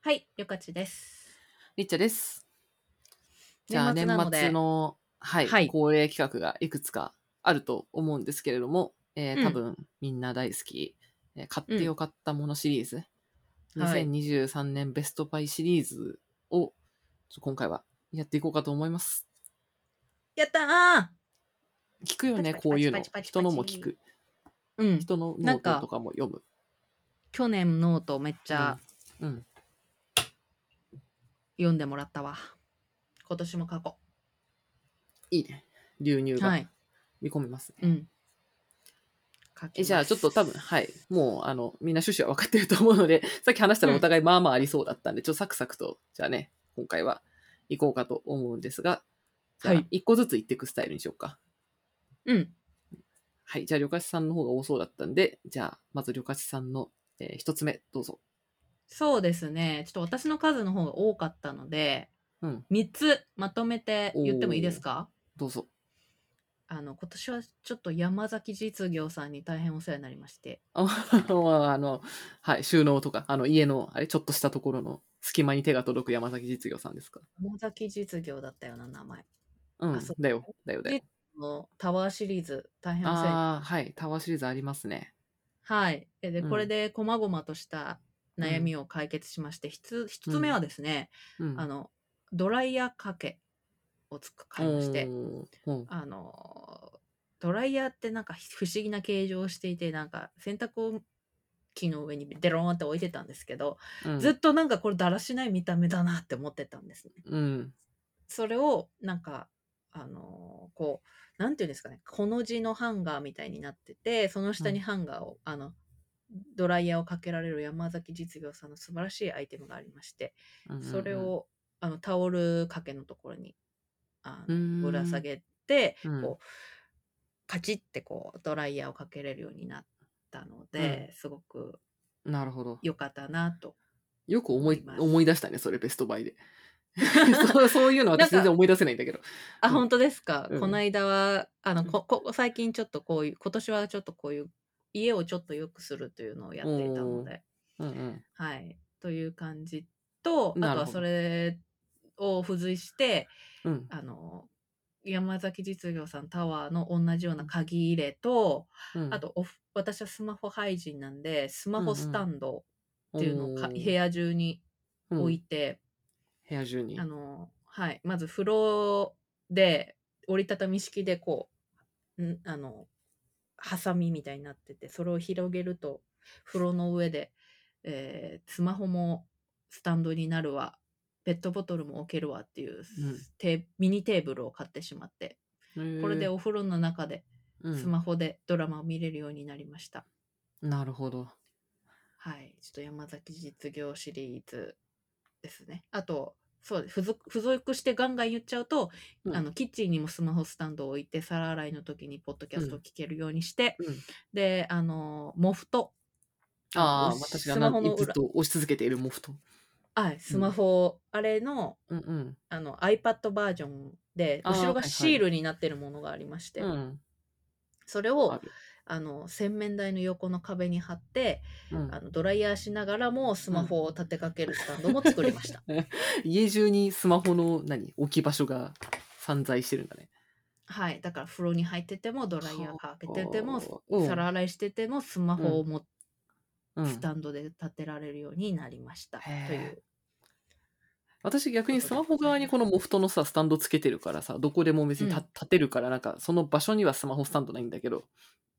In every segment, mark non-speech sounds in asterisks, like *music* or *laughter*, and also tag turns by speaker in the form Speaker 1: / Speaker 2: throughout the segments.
Speaker 1: はい、ゆかちです。
Speaker 2: りっちゃです。じゃあ年末の、はい、はい、恒例企画がいくつかあると思うんですけれども、えー、多分みんな大好き、え、うん、買ってよかったものシリーズ、うん、2023年ベストバイシリーズを今回はやっていこうかと思います。
Speaker 1: やったー
Speaker 2: 聞くよね、こういうの。人のも聞く。
Speaker 1: うん、
Speaker 2: 人のノートとかも読む。
Speaker 1: 去年ノートめっちゃ、
Speaker 2: うん、うん
Speaker 1: 読んでもらったわ今年も過去
Speaker 2: いいね流入が見込めますね、
Speaker 1: はい、うん
Speaker 2: えじゃあちょっと多分はいもうあのみんな趣旨は分かってると思うので *laughs* さっき話したらお互いまあまあありそうだったんで、うん、ちょっとサクサクとじゃあね今回は行こうかと思うんですがはい一個ずつ行っていくスタイルにしようか
Speaker 1: うん
Speaker 2: はいじゃあ旅客さんの方が多そうだったんでじゃあまず旅客さんの、えー、1つ目どうぞ
Speaker 1: そうですね。ちょっと私の数の方が多かったので、
Speaker 2: うん、
Speaker 1: 3つまとめて言ってもいいですか
Speaker 2: どうぞ。 *laughs*
Speaker 1: あの、今年はちょっと山崎実業さんに大変お世話になりまして。
Speaker 2: あの、はい、収納とか、あの、家の、あれ、ちょっとしたところの隙間に手が届く山崎実業さんですか
Speaker 1: 山崎実業だったよな、名前。
Speaker 2: うん、だよ、だよ、だよ。
Speaker 1: のタワーシリーズ、大変お世話に
Speaker 2: なりはい、タワーシリーズありますね。
Speaker 1: はい。で、これで、こまごまとした、うん悩みを解決しまして、1つ、うん、つ目はですね、うん、あのドライヤーかけをつく買いまして、あのドライヤーってなんか不思議な形状をしていてなんか洗濯機の上にデローンって置いてたんですけど、うん、ずっとなんかこれだらしない見た目だなって思ってたんです
Speaker 2: ね。
Speaker 1: それをなんかあのこうなんていうんですかねこの字のハンガーみたいになっててその下にハンガーを、あのドライヤーをかけられる山崎実業さんの素晴らしいアイテムがありまして、それをあのタオル掛けのところにあのぶら下げて、うん、こうカチッてこうドライヤーをかけれるようになったので、うん、すごく
Speaker 2: なるほど
Speaker 1: よかったなと
Speaker 2: よく思い思い出したねそれベスト
Speaker 1: *laughs*
Speaker 2: バイでそう *laughs* そういうの私全然思い出せないんだけど。
Speaker 1: あ、うん、本当ですか、この間はあのここ最近ちょっとこういう今年はちょっとこういう家をちょっと良くするというのをやっていたので。
Speaker 2: うんうん、
Speaker 1: はい、という感じとあとはそれを付随して、
Speaker 2: うん、
Speaker 1: あの山崎実業さんタワーの同じような鍵入れと、うん、あと私はスマホ廃人なんでスマホスタンドっていうのをか、うんうん、部屋中に置いて、
Speaker 2: うん、部屋中に
Speaker 1: あの、はい、まず風呂で折りたたみ式でこうんあのハサミみたいになっててそれを広げると風呂の上で、えー、スマホもスタンドになるわペットボトルも置けるわっていう、うん、ミニテーブルを買ってしまってこれでお風呂の中でスマホでドラマを見れるようになりました、
Speaker 2: うん、なるほど
Speaker 1: はいちょっと山崎実業シリーズですねあとそうです付属付属してガンガン言っちゃうと、うん、あのキッチンにもスマホスタンドを置いて皿洗いの時にポッドキャストを聞けるようにして、
Speaker 2: うんうん、
Speaker 1: であのモフト
Speaker 2: ああ私がスマホのずっと押し続けているモフト
Speaker 1: はいスマホ、あれの,、
Speaker 2: うんうん、
Speaker 1: あの iPad バージョンで後ろがシールになってるものがありまして、
Speaker 2: はいはい、
Speaker 1: それをあの洗面台の横の壁に貼って、うん、あのドライヤーしながらもスマホを立てかけるスタンドも作りました、
Speaker 2: うん、家中にスマホの何置き場所が散在してるんだね
Speaker 1: はいだから風呂に入っててもドライヤーかけてても、うん、皿洗いしててもスマホをも、スタンドで立てられるようになりました、という
Speaker 2: 私逆にスマホ側にこのモフトのさスタンドつけてるからさどこでも別に立てるからなんかその場所にはスマホスタンドないんだけど、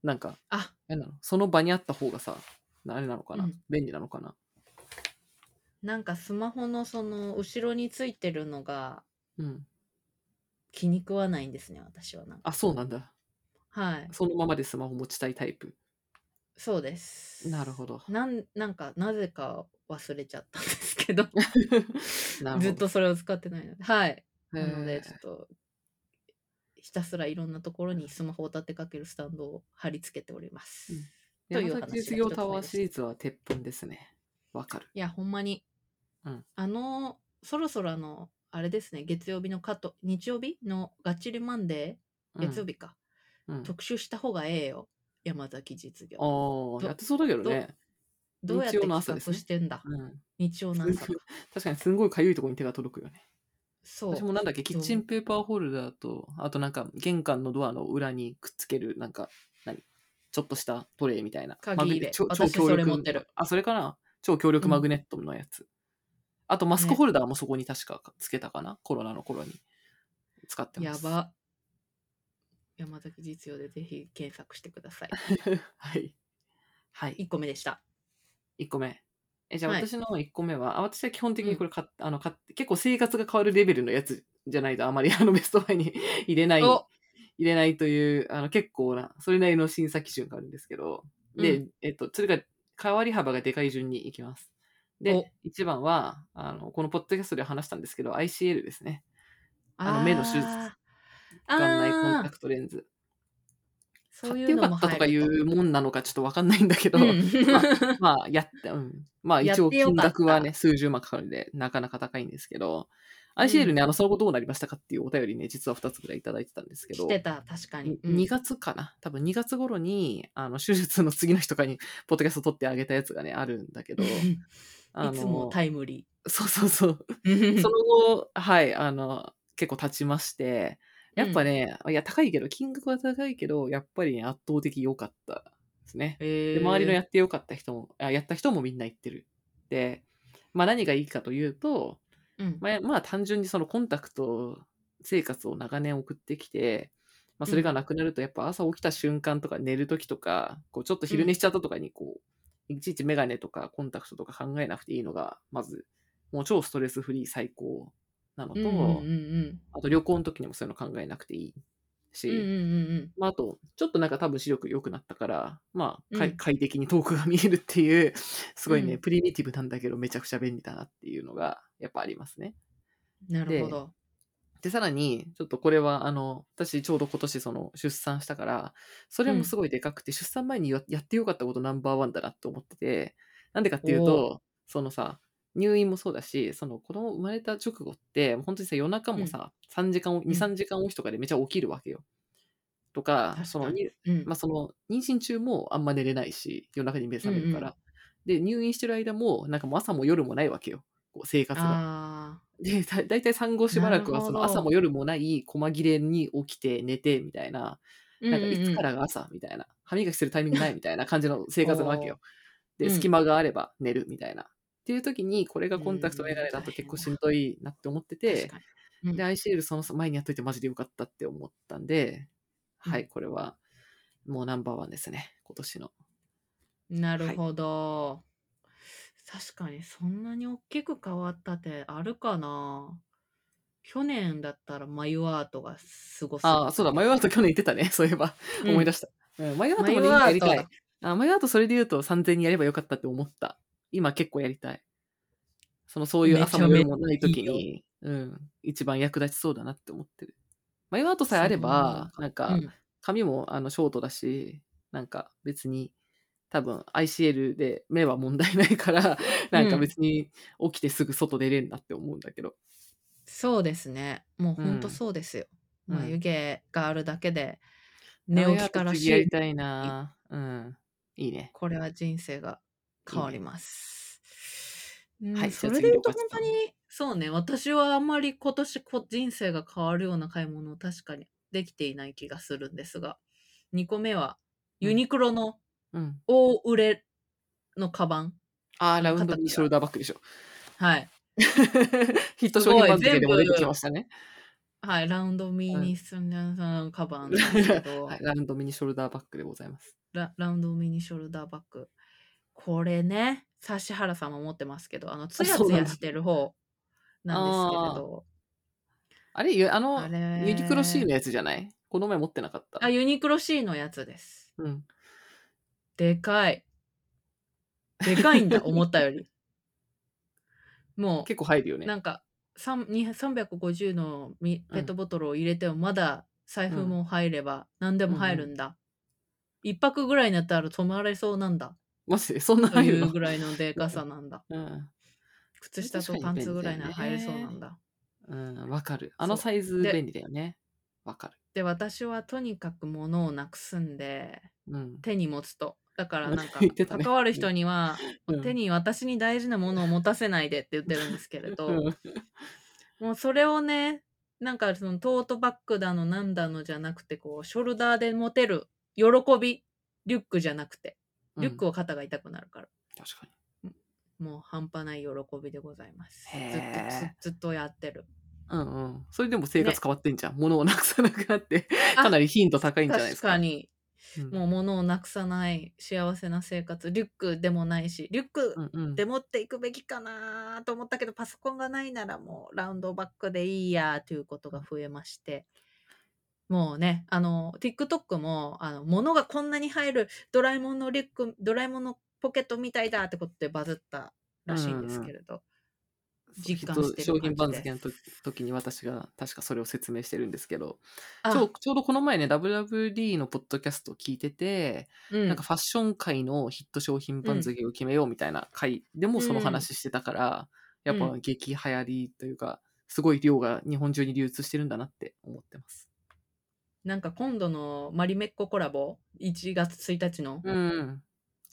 Speaker 2: なんか、
Speaker 1: あ
Speaker 2: なのその場にあった方がさ、あれなのかな、うん、便利なのかな。
Speaker 1: なんかスマホのその後ろについてるのが、
Speaker 2: うん、
Speaker 1: 気に食わないんですね、私はなんか。
Speaker 2: あ、そうなんだ。
Speaker 1: はい。
Speaker 2: そのままでスマホ持ちたいタイプ。
Speaker 1: そうです。
Speaker 2: なるほど。
Speaker 1: なんなんか、なぜか忘れちゃったんですけどどずっとそれを使ってないので。はい。なので、ちょっとひたすらいろんなところにスマホを立てかけるスタンドを貼り付けております。
Speaker 2: うん、という話実業タワーシリーズは鉄粉ですね。わかる。
Speaker 1: いや、ほんまに。
Speaker 2: うん、
Speaker 1: あの、そろそろあの、あれですね、月曜日のかと、日曜日のがっちりマンデー、月曜日か、
Speaker 2: うん、
Speaker 1: 特集した方がええよ、山崎実業。
Speaker 2: ああ、やってそうだけどね。
Speaker 1: どうやって
Speaker 2: 日曜の
Speaker 1: 企
Speaker 2: 朝
Speaker 1: 画
Speaker 2: ですね
Speaker 1: してんだ
Speaker 2: うん、
Speaker 1: 日曜の朝か。
Speaker 2: 確かにすんごいかゆいところに手が届くよね。
Speaker 1: そう。
Speaker 2: 私もなんだっけ、キッチン
Speaker 1: ど
Speaker 2: ペーパーホルダーと、あとなんか玄関のドアの裏にくっつける、なんか、何ちょっとしたトレイみたいな。
Speaker 1: 鍵入れ
Speaker 2: マグネ超超
Speaker 1: 私
Speaker 2: 強
Speaker 1: それ
Speaker 2: 力
Speaker 1: 持ってる
Speaker 2: あ、それかな超強力マグネットのやつ。あとマスク
Speaker 1: ね
Speaker 2: ホルダーもそこに確かつけたかな、コロナの頃に使って
Speaker 1: う
Speaker 2: ま
Speaker 1: や
Speaker 2: す。
Speaker 1: ば。山崎実用でぜひ検索してくだ
Speaker 2: *laughs*
Speaker 1: さい。
Speaker 2: *laughs* はい。はい。
Speaker 1: 1個目でした。
Speaker 2: 1個目。えじゃあ
Speaker 1: はい
Speaker 2: 私の1個目は、あ私は基本的にこれ買っ、あの買って結構生活が変わるレベルのやつじゃないとあまりあのベストバイに *laughs* 入れない
Speaker 1: お
Speaker 2: 入れないというあの結構なそれなりの審査基準があるんですけどで、
Speaker 1: う
Speaker 2: えっと、それが変わり幅がでかい順にいきます。で1番はあのこのポッドキャストで話したんですけど ICL ですねあの目の手術
Speaker 1: あー
Speaker 2: 眼内コン
Speaker 1: あ
Speaker 2: タ
Speaker 1: ー
Speaker 2: クトレンズ
Speaker 1: そう
Speaker 2: 買
Speaker 1: い
Speaker 2: って
Speaker 1: う
Speaker 2: よ
Speaker 1: の
Speaker 2: か
Speaker 1: も
Speaker 2: ったとかい
Speaker 1: 入る
Speaker 2: うもんなのかちょっとわかんないんだけど、
Speaker 1: うん *laughs*
Speaker 2: まあ、 *laughs* まあ、やって、うん。まあ、
Speaker 1: やっ
Speaker 2: 一
Speaker 1: てよ
Speaker 2: 応
Speaker 1: かった
Speaker 2: 金額はね、数十万かかるんで、なかなか高いんですけど、ICL ね、あの、その後どうなりましたかっていうお便りね、実は2つぐらいいただいてたんですけ
Speaker 1: し
Speaker 2: ど、
Speaker 1: てた、確かに。うん
Speaker 2: 2月かな多分2月頃に、あの、手術の次の日とかに、 *laughs* ポッドキャスト撮ってあげたやつがね、あるんだけど、
Speaker 1: *laughs* い
Speaker 2: あの
Speaker 1: つもタイムリ
Speaker 2: *laughs* そうそうそう。
Speaker 1: *laughs* ー。
Speaker 2: その後、はい、あの、結構経ちまして、やっぱね、いや、高いけど、金額は高いけど、やっぱりね、圧倒的良かったですね。
Speaker 1: で
Speaker 2: で周りのやってよかった人も、あやった人もみんな言ってる。で、まあ何がいいかというと、
Speaker 1: うん
Speaker 2: まあ、まあ単純にそのコンタクト生活を長年送ってきて、まあそれがなくなるとやっぱ朝起きた瞬間とか寝る時とか、こうちょっと昼寝しちゃったとかにこう、いちいちメガネとかコンタクトとか考えなくていいのが、まず、もう超ストレスフリー最高なのと、
Speaker 1: うんうんうん
Speaker 2: あと旅行の時にもそういうの考えなくていいし、
Speaker 1: うんうんうん
Speaker 2: まあ、あと、ちょっとなんか多分視力良くなったから、まあ、か
Speaker 1: うん
Speaker 2: 快適に遠くが見えるっていう、すごいね、
Speaker 1: うん
Speaker 2: プリミティブなんだけど、めちゃくちゃ便利だなっていうのが、やっぱありますね。
Speaker 1: うんなるほど。
Speaker 2: で、さらに、ちょっとこれは、あの、私ちょうど今年、その、出産したから、それもすごいでかくて、出産前にややってよかったことナンバーワンだなと思ってて、なんでかっていうと、そのさ、入院もそうだし、その子供生まれた直後って、本当にさ、夜中もさ、3時間、2、
Speaker 1: ん
Speaker 2: 3時間おきとかでめちゃ起きるわけよ。とか
Speaker 1: 確か、に
Speaker 2: その、
Speaker 1: うん
Speaker 2: まあ、その妊娠中もあんま寝れないし夜中に目覚めるから、
Speaker 1: うん
Speaker 2: で入院してる間もなんかもう朝も夜もないわけよこう生活が。
Speaker 1: あ
Speaker 2: でだ *laughs* 大体産後しばらくはその
Speaker 1: なるほど
Speaker 2: 朝も夜もない細切れに起きて寝てみたいな
Speaker 1: ー
Speaker 2: なんかいつか
Speaker 1: うんうんうん
Speaker 2: らが朝みたいな歯磨きするタイミングないみたいな感
Speaker 1: *laughs*
Speaker 2: じの生活なわけよ。
Speaker 1: おー
Speaker 2: で
Speaker 1: うん
Speaker 2: 隙間があれば寝るみたいな。っていう時にこれがコンタクト
Speaker 1: うん
Speaker 2: メガネだと結構しんどいなって思ってて。
Speaker 1: 確かにうん
Speaker 2: で、ICL その前にやっといてマジでよかったって思ったんで、
Speaker 1: うん
Speaker 2: はい、これはもうナンバーワンですね、今年の。
Speaker 1: なるほど。確かにそんなに大きく変わったってあるかな去年だったら眉アートがすごすぎた
Speaker 2: ああ、そうだ、マヨアート去年言ってたね、そういえば。
Speaker 1: うん
Speaker 2: 思い出した。うん、マヨアートも
Speaker 1: マヨ
Speaker 2: ね今
Speaker 1: ア
Speaker 2: や
Speaker 1: ー
Speaker 2: り
Speaker 1: ト
Speaker 2: たい。あマヨアートそれで言うと3000にやればよかったって思った。今結構やりたい。そのそういう朝も
Speaker 1: めちゃめ
Speaker 2: 夜もない時にうん、一番役立ちそうだなって思ってる。マヨアートさえあれば、なんか、
Speaker 1: うん
Speaker 2: 髪もあのショートだし、なんか別に多分 ICL で目は問題ないから、なんか別に起きてすぐ外出れるなって思うんだけど。
Speaker 1: そうですね。もうほんと
Speaker 2: うん
Speaker 1: そうですよ。
Speaker 2: うん
Speaker 1: 眉毛があるだけで、寝起きから
Speaker 2: 次や
Speaker 1: 週
Speaker 2: りたいなうん。いいね。
Speaker 1: これは人生が変わります。うん
Speaker 2: はい
Speaker 1: それで言うと
Speaker 2: じゃ
Speaker 1: 本
Speaker 2: あ
Speaker 1: 当
Speaker 2: 次
Speaker 1: に、そうね、私はあんまり今年こ人生が変わるような買い物を確かにできていない気がするんですが、2個目は、
Speaker 2: うん
Speaker 1: ユニクロの
Speaker 2: うん。
Speaker 1: 大売れのカバン。
Speaker 2: ああ、
Speaker 1: の
Speaker 2: ラウンドにショルダーバッグで
Speaker 1: *laughs*
Speaker 2: しょ。 *laughs*
Speaker 1: はい。
Speaker 2: ヒット商品番
Speaker 1: すごい
Speaker 2: 付でも出
Speaker 1: 全部
Speaker 2: てきましたね。
Speaker 1: はい、ラウンドミニスンのカバンなんですけど、
Speaker 2: はいラウンドミニショルダーバッグでございます。
Speaker 1: ララウンドミニショルダーバッグ。これね、指原さんも持ってますけど、あの、つや
Speaker 2: そう
Speaker 1: つ
Speaker 2: なん
Speaker 1: や
Speaker 2: だ
Speaker 1: してる方なんですけれど、
Speaker 2: あれゆあの
Speaker 1: あれ
Speaker 2: ユニクロ C のやつじゃないこの前持ってなかった。
Speaker 1: あ、ユニクロ C のやつです。
Speaker 2: うん。
Speaker 1: でかい。でかいんだ、思ったよ
Speaker 2: *laughs*
Speaker 1: り。もう、
Speaker 2: 結構入るよね。
Speaker 1: なんか、さんに350のみ
Speaker 2: うん
Speaker 1: ペットボトルを入れても、まだ財布も入れば、何でも入るんだ。一、泊ぐらいになったら泊まれそうなんだ。
Speaker 2: マジでそんな
Speaker 1: と
Speaker 2: 入
Speaker 1: い
Speaker 2: る
Speaker 1: う
Speaker 2: の
Speaker 1: ぐらいのでかさなんだ。
Speaker 2: うん。
Speaker 1: 靴下とパンツぐらいなら入れそうなんだ。
Speaker 2: うん、わかる。あの
Speaker 1: そう
Speaker 2: サイズ
Speaker 1: で
Speaker 2: 便利だよね。わかる。
Speaker 1: で、私はとにかく物をなくすんで、
Speaker 2: うん。
Speaker 1: 手に持つとだからなんか
Speaker 2: 言ってたね
Speaker 1: 関わる人には
Speaker 2: うん
Speaker 1: 手に私に大事なものを持たせないでって言ってるんですけれど、
Speaker 2: うん
Speaker 1: もうそれをねなんかそのトートバッグだのなんだのじゃなくてこうショルダーで持てる喜びリュックじゃなくてリュックを肩が痛くなるから、
Speaker 2: 確かに。
Speaker 1: もう半端ない喜びでございますず
Speaker 2: へ
Speaker 1: っ
Speaker 2: ー
Speaker 1: とずずっとやってる
Speaker 2: うんうん。それでも生活変わってんじゃん。物をなくさなくなって、かなり頻度高いんじゃないで
Speaker 1: 確
Speaker 2: すか。
Speaker 1: かに
Speaker 2: うん
Speaker 1: もう物をなくさない幸せな生活リュックでもないしリュック
Speaker 2: うんうん、
Speaker 1: で持っていくべきかなと思ったけどパソコンがないならもうラウンドバックでいいやということが増えましてもうねあの TikTok もあの物がこんなに入るドラえもんのリュックドラえもんのポケットみたいだってことでバズったらしいんですけれど、実感してる感じです
Speaker 2: 商品番付の時時に私が確かそれを説明してるんですけど
Speaker 1: あ
Speaker 2: ちょうちょうどこの前ね WWD のポッドキャストを聞いてて、
Speaker 1: うん
Speaker 2: なんかファッション界のヒット商品番付を決めようみたいな回でもその話してたから、
Speaker 1: うん
Speaker 2: やっ
Speaker 1: う
Speaker 2: ぱ
Speaker 1: ん
Speaker 2: 激流行りというかすごい量が日本中に流通してるんだなって思ってます。
Speaker 1: なんか今度のマリメッココラボ1月1日の、
Speaker 2: うん、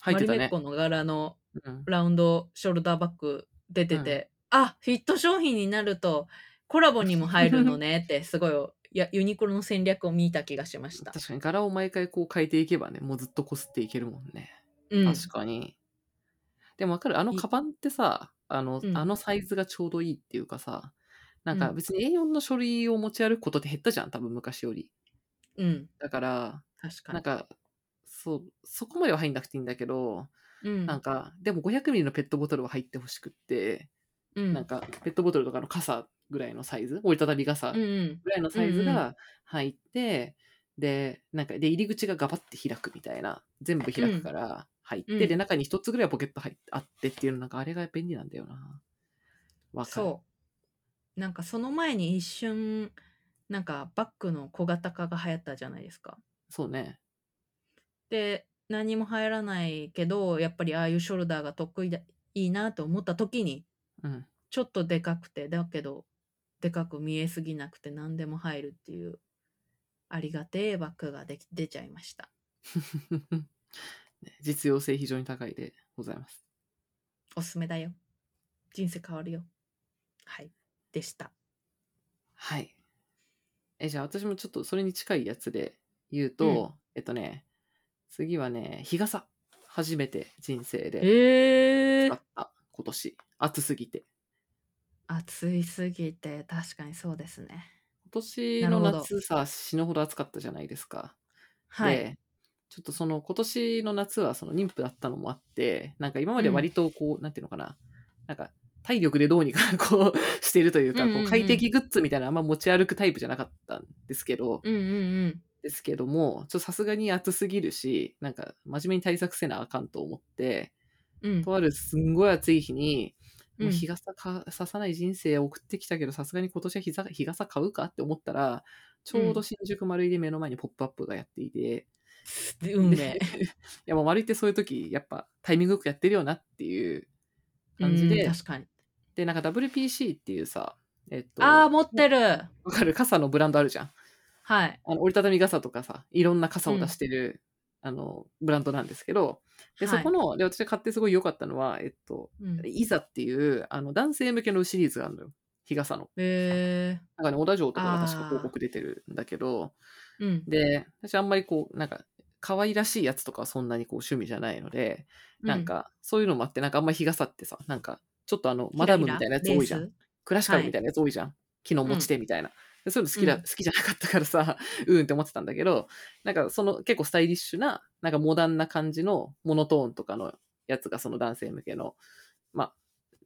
Speaker 2: 入って
Speaker 1: マ
Speaker 2: た
Speaker 1: リメッ
Speaker 2: ね。
Speaker 1: コの柄の
Speaker 2: うん
Speaker 1: ラウンドショルダーバッグ出てて、あヒット商品になるとコラボにも入るのねってすごいいやユニクロの戦略を見た気がしました。
Speaker 2: 確かに柄を毎回こう変えていけばねもうずっとこすっていけるもんね。
Speaker 1: うん、
Speaker 2: 確かに。でもわかるあの
Speaker 1: い
Speaker 2: カバンってさ、あの、
Speaker 1: うん
Speaker 2: あのサイズがちょうどいいっていうかさ、なんか
Speaker 1: うん
Speaker 2: 別に A4 の書類を持ち歩くことって減ったじゃん、多分昔より。
Speaker 1: うん、
Speaker 2: だから、
Speaker 1: 確か
Speaker 2: な
Speaker 1: に
Speaker 2: ん。か、そう、そこまでは入んなくていいんだけど、
Speaker 1: うん
Speaker 2: なんか、でも500ミリのペットボトルは入ってほしくって、
Speaker 1: うん
Speaker 2: なんか、ペットボトルとかの傘ぐらいのサイズ、折りたたみ傘
Speaker 1: うん
Speaker 2: ぐ
Speaker 1: うん
Speaker 2: らいのサイズ
Speaker 1: うん
Speaker 2: が入って、で、なんか、で、入り口がガバって開くみたいな、全部開くから入って、
Speaker 1: うん
Speaker 2: で、中に一つぐらいはポケット入っあってっていうの、なんか、あれが便利なんだよな。わかる。
Speaker 1: そうなんかその前に一瞬なんかバッグの小型化が流行ったじゃないですか。
Speaker 2: そうね。
Speaker 1: で何も入らないけどやっぱりああいうショルダーが得意だいいなと思った時に
Speaker 2: うん。 *laughs*
Speaker 1: ちょっとでかくてだけどでかく見えすぎなくて何でも入るっていうありがてえバッグができ出ちゃいました
Speaker 2: ね実用性非常に高いでございます。
Speaker 1: おすすめだよ人生変わるよはいでした
Speaker 2: はい。え、じゃあ私もちょっとそれに近いやつで言うと、
Speaker 1: うん
Speaker 2: えっとね、次はね、日傘。初めて人生で
Speaker 1: え
Speaker 2: 使った、今年。暑すぎて。
Speaker 1: 暑いすぎて確かにそうですね
Speaker 2: 今年
Speaker 1: な
Speaker 2: の
Speaker 1: るほど
Speaker 2: 夏さ、死ぬほど暑かったじゃないですか。
Speaker 1: はい
Speaker 2: で、ちょっとその今年の夏はその妊婦だったのもあって、なんか今まで割とこう、なんていうのかな、なんか体力でどうにかこうしてるというか、
Speaker 1: うんうんうん
Speaker 2: こう快適グッズみたいなのあんま持ち歩くタイプじゃなかったんですけど、
Speaker 1: うんうんうん
Speaker 2: ですけども、ちょっとさすがに暑すぎるし、なんか真面目に対策せなあかんと思って、
Speaker 1: うん
Speaker 2: とあるすんごい暑い日に、
Speaker 1: うん
Speaker 2: もう日傘かささない人生を送ってきたけど、さすがに今年は日ざ日傘買うかって思ったら、ちょうど新宿丸井で目の前にポップアップがやっていて、
Speaker 1: で運
Speaker 2: *laughs* で
Speaker 1: 命
Speaker 2: いやもう丸いってそういう時やっぱタイミングよくやってるよなっていう感じで、
Speaker 1: うん確かに
Speaker 2: でなんか WPC っていうさえっと
Speaker 1: ああ
Speaker 2: わ
Speaker 1: 持ってる
Speaker 2: かる傘のブランドあるじゃん
Speaker 1: はい
Speaker 2: あの折りたたみ傘とかさいろんな傘を出してる、あのブランドなんですけどで
Speaker 1: は
Speaker 2: そ
Speaker 1: い
Speaker 2: こので私が買ってすごい良かったのは、えっと
Speaker 1: うん
Speaker 2: いざっていうあの男性向けのシリーズがあるのよ日傘の
Speaker 1: え
Speaker 2: なんかね小田城とかが確
Speaker 1: あー
Speaker 2: か広告出てるんだけど
Speaker 1: ーうん
Speaker 2: で私あんまりこうなんか可愛らしいやつとかはそんなにこう趣味じゃないので、なんか、そういうのもあって、なんかあんまり日傘ってさ、なんか、ちょっとあの、
Speaker 1: うん
Speaker 2: マダムみたいなやつ
Speaker 1: ひらひら
Speaker 2: 多いじゃ
Speaker 1: レ
Speaker 2: ん
Speaker 1: ー。
Speaker 2: クラシカル
Speaker 1: はい
Speaker 2: みたいなやつ多いじゃん。昨日持ち手みたいな。でそういうの好きだ、
Speaker 1: うん
Speaker 2: 好きじゃなかったからさ、 *laughs* うーんって思ってたんだけど、なんかその結構スタイリッシュな、なんかモダンな感じのモノトーンとかのやつがその男性向けの、まあ、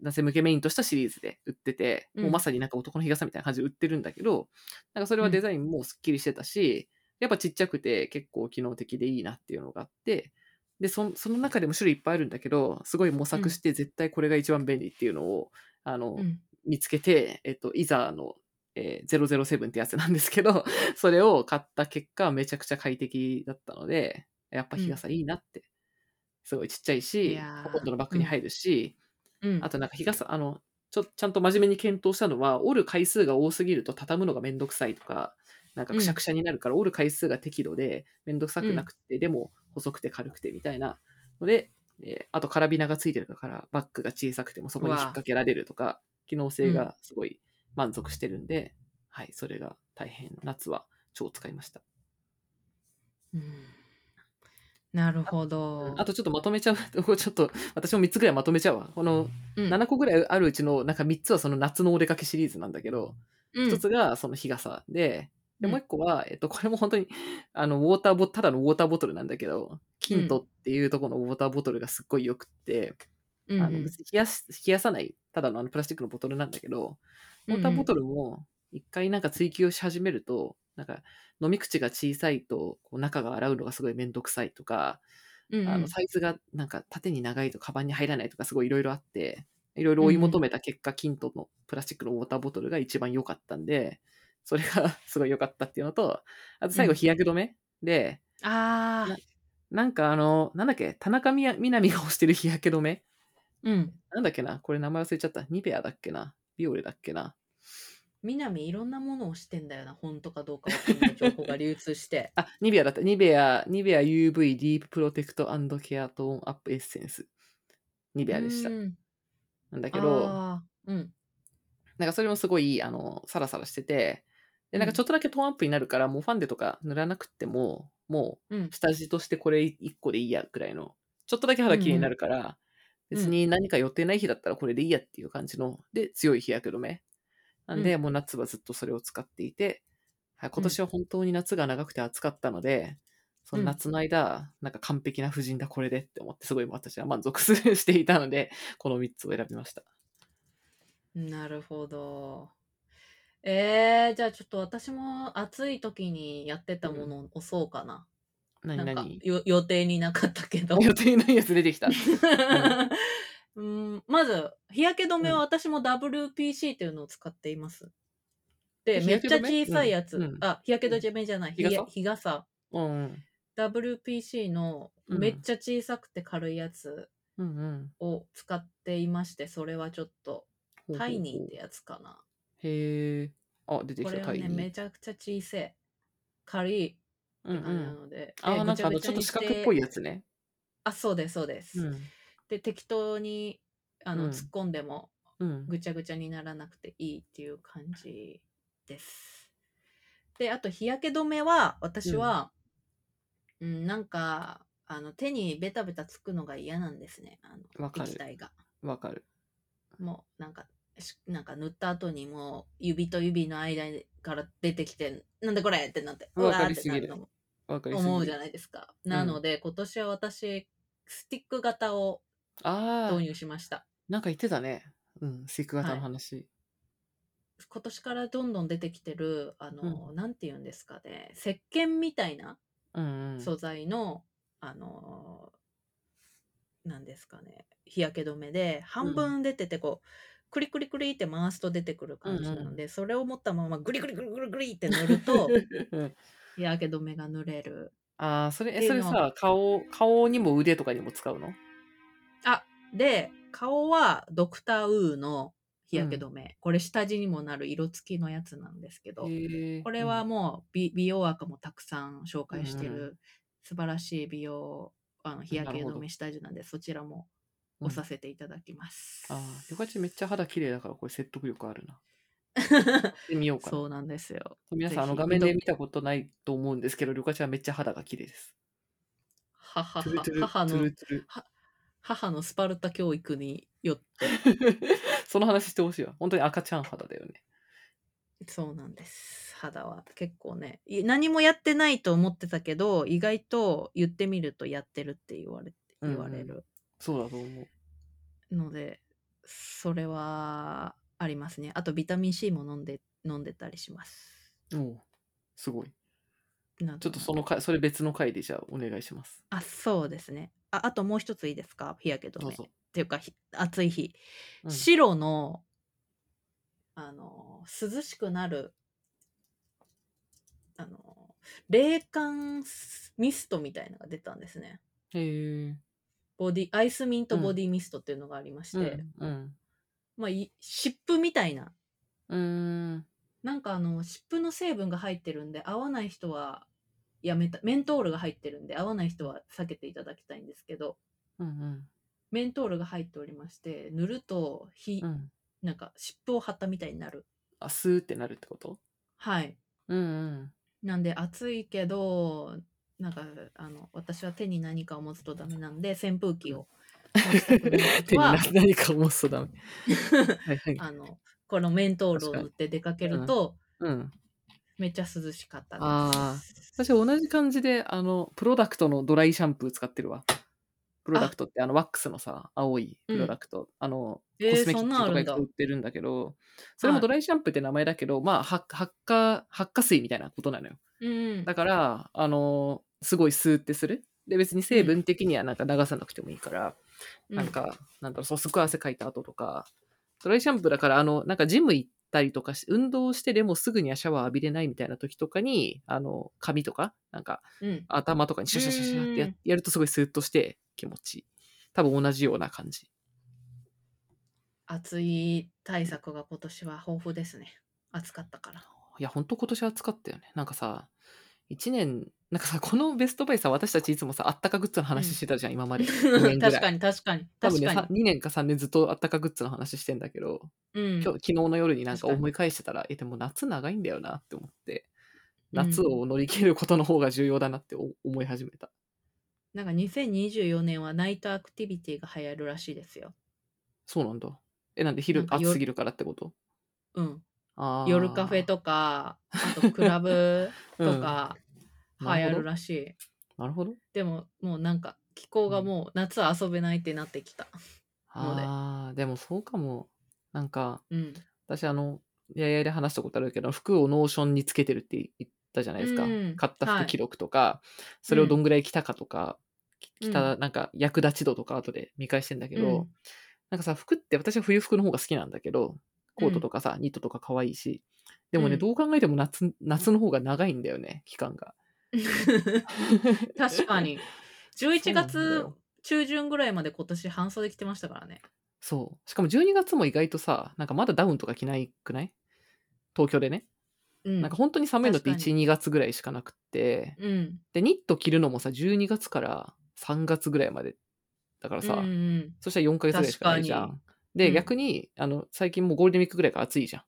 Speaker 2: 男性向けメインとしたシリーズで売ってて、
Speaker 1: うん
Speaker 2: もうまさになんか男の日傘みたいな感じで売ってるんだけど、なんかそれはデザインもすっきりしてたし、やっぱちっちゃくて結構機能的でいいなっていうのがあって、で、そその中でも種類いっぱいあるんだけど、すごい模索して絶対これが一番便利っていうのを、あの、
Speaker 1: うん
Speaker 2: 見つけて、えっと、イザーの、えー、007ってやつなんですけど、 *laughs* それを買った結果、めちゃくちゃ快適だったので、やっぱ日傘いいなって、すごいちっちゃい
Speaker 1: い
Speaker 2: し
Speaker 1: やー、
Speaker 2: ほとんどのバッグに入るし、
Speaker 1: うん
Speaker 2: あとなんか日傘、あの、ちょ、ちゃんと真面目に検討したのは、折る回数が多すぎると畳むのがめんどくさいとか、なんかくしゃくしゃになるから折る回数が適度で、めんどくさくなくて、でも細くて軽くてみたいなので、えーあとカラビナがついてるからバッグが小さくてもそこに引っ掛けられるとか、機能性がすごい満足してるんで、はい、それが大変、夏は超使いました。
Speaker 1: うんなるほど。
Speaker 2: あとちょっとまとめちゃう *laughs* と、ちょっと私も3つぐらいまとめちゃうわ。この
Speaker 1: うん、
Speaker 2: 7個ぐらいあるうちの、なんか3つはその夏のお出かけシリーズなんだけど、
Speaker 1: うん
Speaker 2: 一つがその日傘で、
Speaker 1: う
Speaker 2: で
Speaker 1: ん
Speaker 2: もう一個は、えっと、これも本当に、あの、ウォーターボ、ただのウォーターボトルなんだけど、キントっていうところのウォーターボトルがすっごい良くって、
Speaker 1: うん
Speaker 2: あの、別に冷やし、冷やさない、ただのあのプラスチックのボトルなんだけど、ウォーターボトルも一回なんか追求し始めると、なんか飲み口が小さいと、こう中が洗うのがすごいめんどくさいとか、
Speaker 1: うんうん
Speaker 2: あのサイズがなんか縦に長いとカバンに入らないとかすごいいろいろあっていろいろ追い求めた結果、キントのプラスチックのウォーターボトルが一番良かったんでそれが *laughs* すごい良かったっていうのとあと最後
Speaker 1: うん
Speaker 2: 日焼け止め、で
Speaker 1: ああ、
Speaker 2: なんかあのなんだっけ田中みやみな実が推してる日焼け止め
Speaker 1: うん。
Speaker 2: なんだっけなこれ名前忘れちゃったニベアだっけなビオレだっけな
Speaker 1: 南いろんなものをしてんだよな、本当かどうかわかんない情報が流通して。
Speaker 2: あニベアだったニベアニベア UV ディーププロテクトケアトーンアップエッセンスニベアでした、
Speaker 1: うん
Speaker 2: なんだけど
Speaker 1: あーうん。
Speaker 2: なんかそれもすごい、あの、サラサラしてて、で、なんかちょっとだけトーンアップになるから、もうファンデとか塗らなくっても、も
Speaker 1: うん
Speaker 2: う、下地としてこれ1個でいいや、くらいの、ちょっとだけ肌綺麗になるから、
Speaker 1: うん
Speaker 2: 別に何か予定ない日だったらこれでいいやっていう感じの、で、強い日焼け止め。なんで、
Speaker 1: うん
Speaker 2: もう夏はずっとそれを使っていて、はい、今年は本当に夏が長くて暑かったので、その夏の間、なんか完璧な婦人だ、これでって思って、すごい私は満足する *laughs* していたので、この3つを選びました。
Speaker 1: なるほど。えー、じゃあちょっと私も暑い時にやってたものを押そうかな。
Speaker 2: 何
Speaker 1: なん
Speaker 2: 々
Speaker 1: かよ予定になかったけど。
Speaker 2: *laughs* 予定ないやつ出てきた。
Speaker 1: うん、 *laughs* まず、日焼け止めは
Speaker 2: うん
Speaker 1: 私も WPC というのを使っています。で、
Speaker 2: 日
Speaker 1: めっち
Speaker 2: 焼け
Speaker 1: ゃ
Speaker 2: 止め
Speaker 1: 小さいやつ。
Speaker 2: うんうん
Speaker 1: あ、日焼け止めじゃない。
Speaker 2: 日傘
Speaker 1: 日傘。
Speaker 2: うん。
Speaker 1: WPC の
Speaker 2: うん
Speaker 1: めっちゃ小さくて軽いやつ
Speaker 2: うんうん。
Speaker 1: を使っていまして、それはちょっとタイニーってやつかな。
Speaker 2: ー。へえ。あ、出てき
Speaker 1: こ
Speaker 2: た、
Speaker 1: れは
Speaker 2: タイ
Speaker 1: ね、
Speaker 2: ニー。
Speaker 1: めちゃくちゃ小さい。軽い
Speaker 2: うんう。
Speaker 1: って感じなんので。
Speaker 2: あ
Speaker 1: で
Speaker 2: ー、なんかあ
Speaker 1: ぐ
Speaker 2: の、
Speaker 1: ぐ
Speaker 2: ちょっ
Speaker 1: に
Speaker 2: と四
Speaker 1: して
Speaker 2: 角っぽいやつね。
Speaker 1: あ、そうです、そうです。
Speaker 2: うん。
Speaker 1: で、適当にあの、
Speaker 2: うん
Speaker 1: 突っ込んでも
Speaker 2: うん。
Speaker 1: ぐちゃぐちゃにならなくていいっていう感じです。で、あと日焼け止めは、私は、うん、なんか、あの、手にベタベタつくのが嫌なんですね。あの
Speaker 2: わ、かる
Speaker 1: 液体が。
Speaker 2: わかる。
Speaker 1: もう、なんか、しなんか塗った後にもう指と指の間から出てきて、なんでこれってなって、
Speaker 2: わか
Speaker 1: ー
Speaker 2: り
Speaker 1: って
Speaker 2: す
Speaker 1: な
Speaker 2: ぎ
Speaker 1: る
Speaker 2: る
Speaker 1: のも
Speaker 2: わかりすぎ
Speaker 1: 思うじゃ
Speaker 2: ない。
Speaker 1: ないですか。
Speaker 2: ん
Speaker 1: なので、今年は私、スティック型を
Speaker 2: ああ
Speaker 1: 導、入しました。
Speaker 2: なんか言ってたね。うん、シーク型の話。
Speaker 1: 今年からどんどん出てきてるあの、なんて言うんですかね石鹸みたいな
Speaker 2: うんうん。
Speaker 1: 素材の、あのなんですかね日焼け止めで半分出ててこう、クリクリクリって回すと出てくる感じなので、それを持ったままグリグリグリグリグリって塗ると
Speaker 2: うん
Speaker 1: 日焼け止めが塗れる
Speaker 2: ああ、それ、
Speaker 1: って
Speaker 2: え、
Speaker 1: い
Speaker 2: そうれ
Speaker 1: の
Speaker 2: さ、顔、顔にも腕とかにも使うの
Speaker 1: で顔はドクターウーの日焼け止め、これ下地にもなる色付きのやつなんですけど、
Speaker 2: へえ。
Speaker 1: これは
Speaker 2: うん
Speaker 1: もう美美容赤もたくさん紹介して
Speaker 2: うんう
Speaker 1: る素晴らしい美容あの日焼け
Speaker 2: なる
Speaker 1: 止
Speaker 2: ほど
Speaker 1: め下地なんでそちらも
Speaker 2: うん
Speaker 1: 押させていただきます。
Speaker 2: ああ、よかちめっち
Speaker 1: *laughs*
Speaker 2: ゃ肌綺麗だから、これ説得力あるな。で見ようかな。
Speaker 1: そうなんですよ。
Speaker 2: 皆さん、あの
Speaker 1: ぜひ
Speaker 2: 画面で見たことないと思うんですけど、りょかちゃんめっちゃ肌が綺麗です。
Speaker 1: ははは
Speaker 2: トゥルトゥル
Speaker 1: 母
Speaker 2: トゥ
Speaker 1: の
Speaker 2: ルトゥル
Speaker 1: 母のスパルタ教育によって
Speaker 2: *laughs* その話してほしいわ。本当に赤ちゃん肌だよね。
Speaker 1: そうなんです。肌は結構ねい何もやってないと思ってたけど意外と言ってみるとやってるって言われ
Speaker 2: うん
Speaker 1: 言
Speaker 2: う
Speaker 1: わ
Speaker 2: ん
Speaker 1: れる
Speaker 2: そうだと思う。
Speaker 1: ので、それはありますね。あとビタミン C も飲んで飲んでたりします。
Speaker 2: おうすごい。
Speaker 1: など
Speaker 2: ちょっとその回、それ別の回でじゃあお願いします。
Speaker 1: あそうですねああともう一ついいですか日焼け止
Speaker 2: ど
Speaker 1: め
Speaker 2: う
Speaker 1: っ
Speaker 2: ぞ。
Speaker 1: ていうかひ暑い日、
Speaker 2: うん
Speaker 1: 白のあの涼しくなるあの冷感スミストみたいのが出たんですね
Speaker 2: へえ。
Speaker 1: ボディアイスミントボディミストっていうのがありまして、
Speaker 2: うん。うん
Speaker 1: まあい湿布みたいな
Speaker 2: うーん。
Speaker 1: なんかあの湿布の成分が入ってるんで合わない人はやめたメントールが入ってるんで合わない人は避けていただきたいんですけど
Speaker 2: うんうん。
Speaker 1: メントールが入っておりまして塗るとひ、
Speaker 2: うん。
Speaker 1: なんか湿布を貼ったみたいになる
Speaker 2: あ、スーってなるってこと
Speaker 1: はい
Speaker 2: うん *laughs* うん。
Speaker 1: なんで暑いけどなんかあの私は手に何かを持つとダメなんで扇風機を持ちたくなる
Speaker 2: *laughs* 手
Speaker 1: 時
Speaker 2: に
Speaker 1: は
Speaker 2: な何か持つと *laughs* ダメ。はいはい。
Speaker 1: あのこのメントールを塗って出かけると
Speaker 2: うん。
Speaker 1: めっちゃ涼しかったです。
Speaker 2: あ私同じ感じで、あの、プロダクトのドライシャンプー使ってるわ。プロダクトってあのワックスのさ、青いプロダクト。あの、
Speaker 1: えー
Speaker 2: コスメキッ
Speaker 1: そ
Speaker 2: チンと
Speaker 1: んなのあ
Speaker 2: か
Speaker 1: るん
Speaker 2: 行く
Speaker 1: だ
Speaker 2: と売ってるんだけど、それもドライシャンプーって名前だけど、まあ、は発火、発火水みたいなことなのよ。
Speaker 1: うん、
Speaker 2: だから、あの、すごいスーってする。で、別に成分的にはなんか流さなくてもいいから、なんか、なんだろう、そう、すごい汗かいた後とか、ドライシャンプーだから、あの、なんかジム行ったりとかし、運動してでもすぐにはシャワー浴びれないみたいな時とかに、あの、髪とか、なんか
Speaker 1: うん、うん、
Speaker 2: 頭とかにシャシャシャシャってや
Speaker 1: うん
Speaker 2: やるとすごいスーッとして気持ちいい。多分同じような感じ。
Speaker 1: 暑い対策が今年は豊富ですね。暑かったから。
Speaker 2: いや、ほんと今年暑かったよね。なんかさ、一年、なんかさ、このベストバイさ、私たちいつもさ、あったかグッズの話してたじゃん、今まで。二年ぐらい
Speaker 1: *laughs* 確かに確かに
Speaker 2: 多
Speaker 1: 確
Speaker 2: 分ね、
Speaker 1: かに。
Speaker 2: 2年か3年ずっとあったかグッズの話してんだけど、
Speaker 1: うん、
Speaker 2: 今日昨日の夜になんか
Speaker 1: 確かに
Speaker 2: 思い返してたら、え、でも夏長いんだよなって思って、夏を乗り切ることの方が重要だなってお思い始めた。
Speaker 1: なんか2024年はナイトアクティビティが流行るらしいですよ。
Speaker 2: そうなんだ。え、なんで昼
Speaker 1: なんか夜
Speaker 2: 暑すぎるからってこと
Speaker 1: うん、
Speaker 2: あー
Speaker 1: 夜カフェとかあとクラブとか
Speaker 2: *laughs* う
Speaker 1: 流
Speaker 2: んなるほど
Speaker 1: 行るらしい。
Speaker 2: なるほど。
Speaker 1: でももうなんか気候がもう夏は遊べないってなってきた。ので
Speaker 2: ああ、でもそうかも。なんか、
Speaker 1: うん、
Speaker 2: 私あの、やいやいで話したことあるけど、服をノーションにつけてるって言ったじゃないですか。
Speaker 1: うん
Speaker 2: 買った
Speaker 1: は
Speaker 2: 服
Speaker 1: い
Speaker 2: 記録とか、それをどんぐらい着たかと
Speaker 1: う
Speaker 2: か、
Speaker 1: ん
Speaker 2: 着た、なんか役立ち度とか後で見返してんだけど、
Speaker 1: うん
Speaker 2: なんかさ、服って私は冬服の方が好きなんだけど、コートとかさ、ニットとか可愛いし、でもね、
Speaker 1: うん
Speaker 2: どう考えても夏、夏の方が長いんだよね、期間
Speaker 1: *laughs*
Speaker 2: が。
Speaker 1: *laughs* 確かに。
Speaker 2: *laughs* そう
Speaker 1: 11
Speaker 2: なんだ
Speaker 1: 月
Speaker 2: よ
Speaker 1: 中旬ぐらいまで今年半袖着てましたからね。
Speaker 2: そう。しかも12月も意外とさ、なんかまだダウンとか着ないくない東京でね。
Speaker 1: うん。
Speaker 2: なんか本当に寒いのって
Speaker 1: 確か
Speaker 2: 1、2月ぐらいしかなくって、
Speaker 1: うん。
Speaker 2: で、ニット着るのもさ、12月から3月ぐらいまで。だからさ、
Speaker 1: うんうん
Speaker 2: そしたら4ヶ月ぐらいしかないじゃ
Speaker 1: 確
Speaker 2: ん。で、
Speaker 1: うん
Speaker 2: 逆に、あの、最近もうゴールデンウィークぐらいから暑いじゃ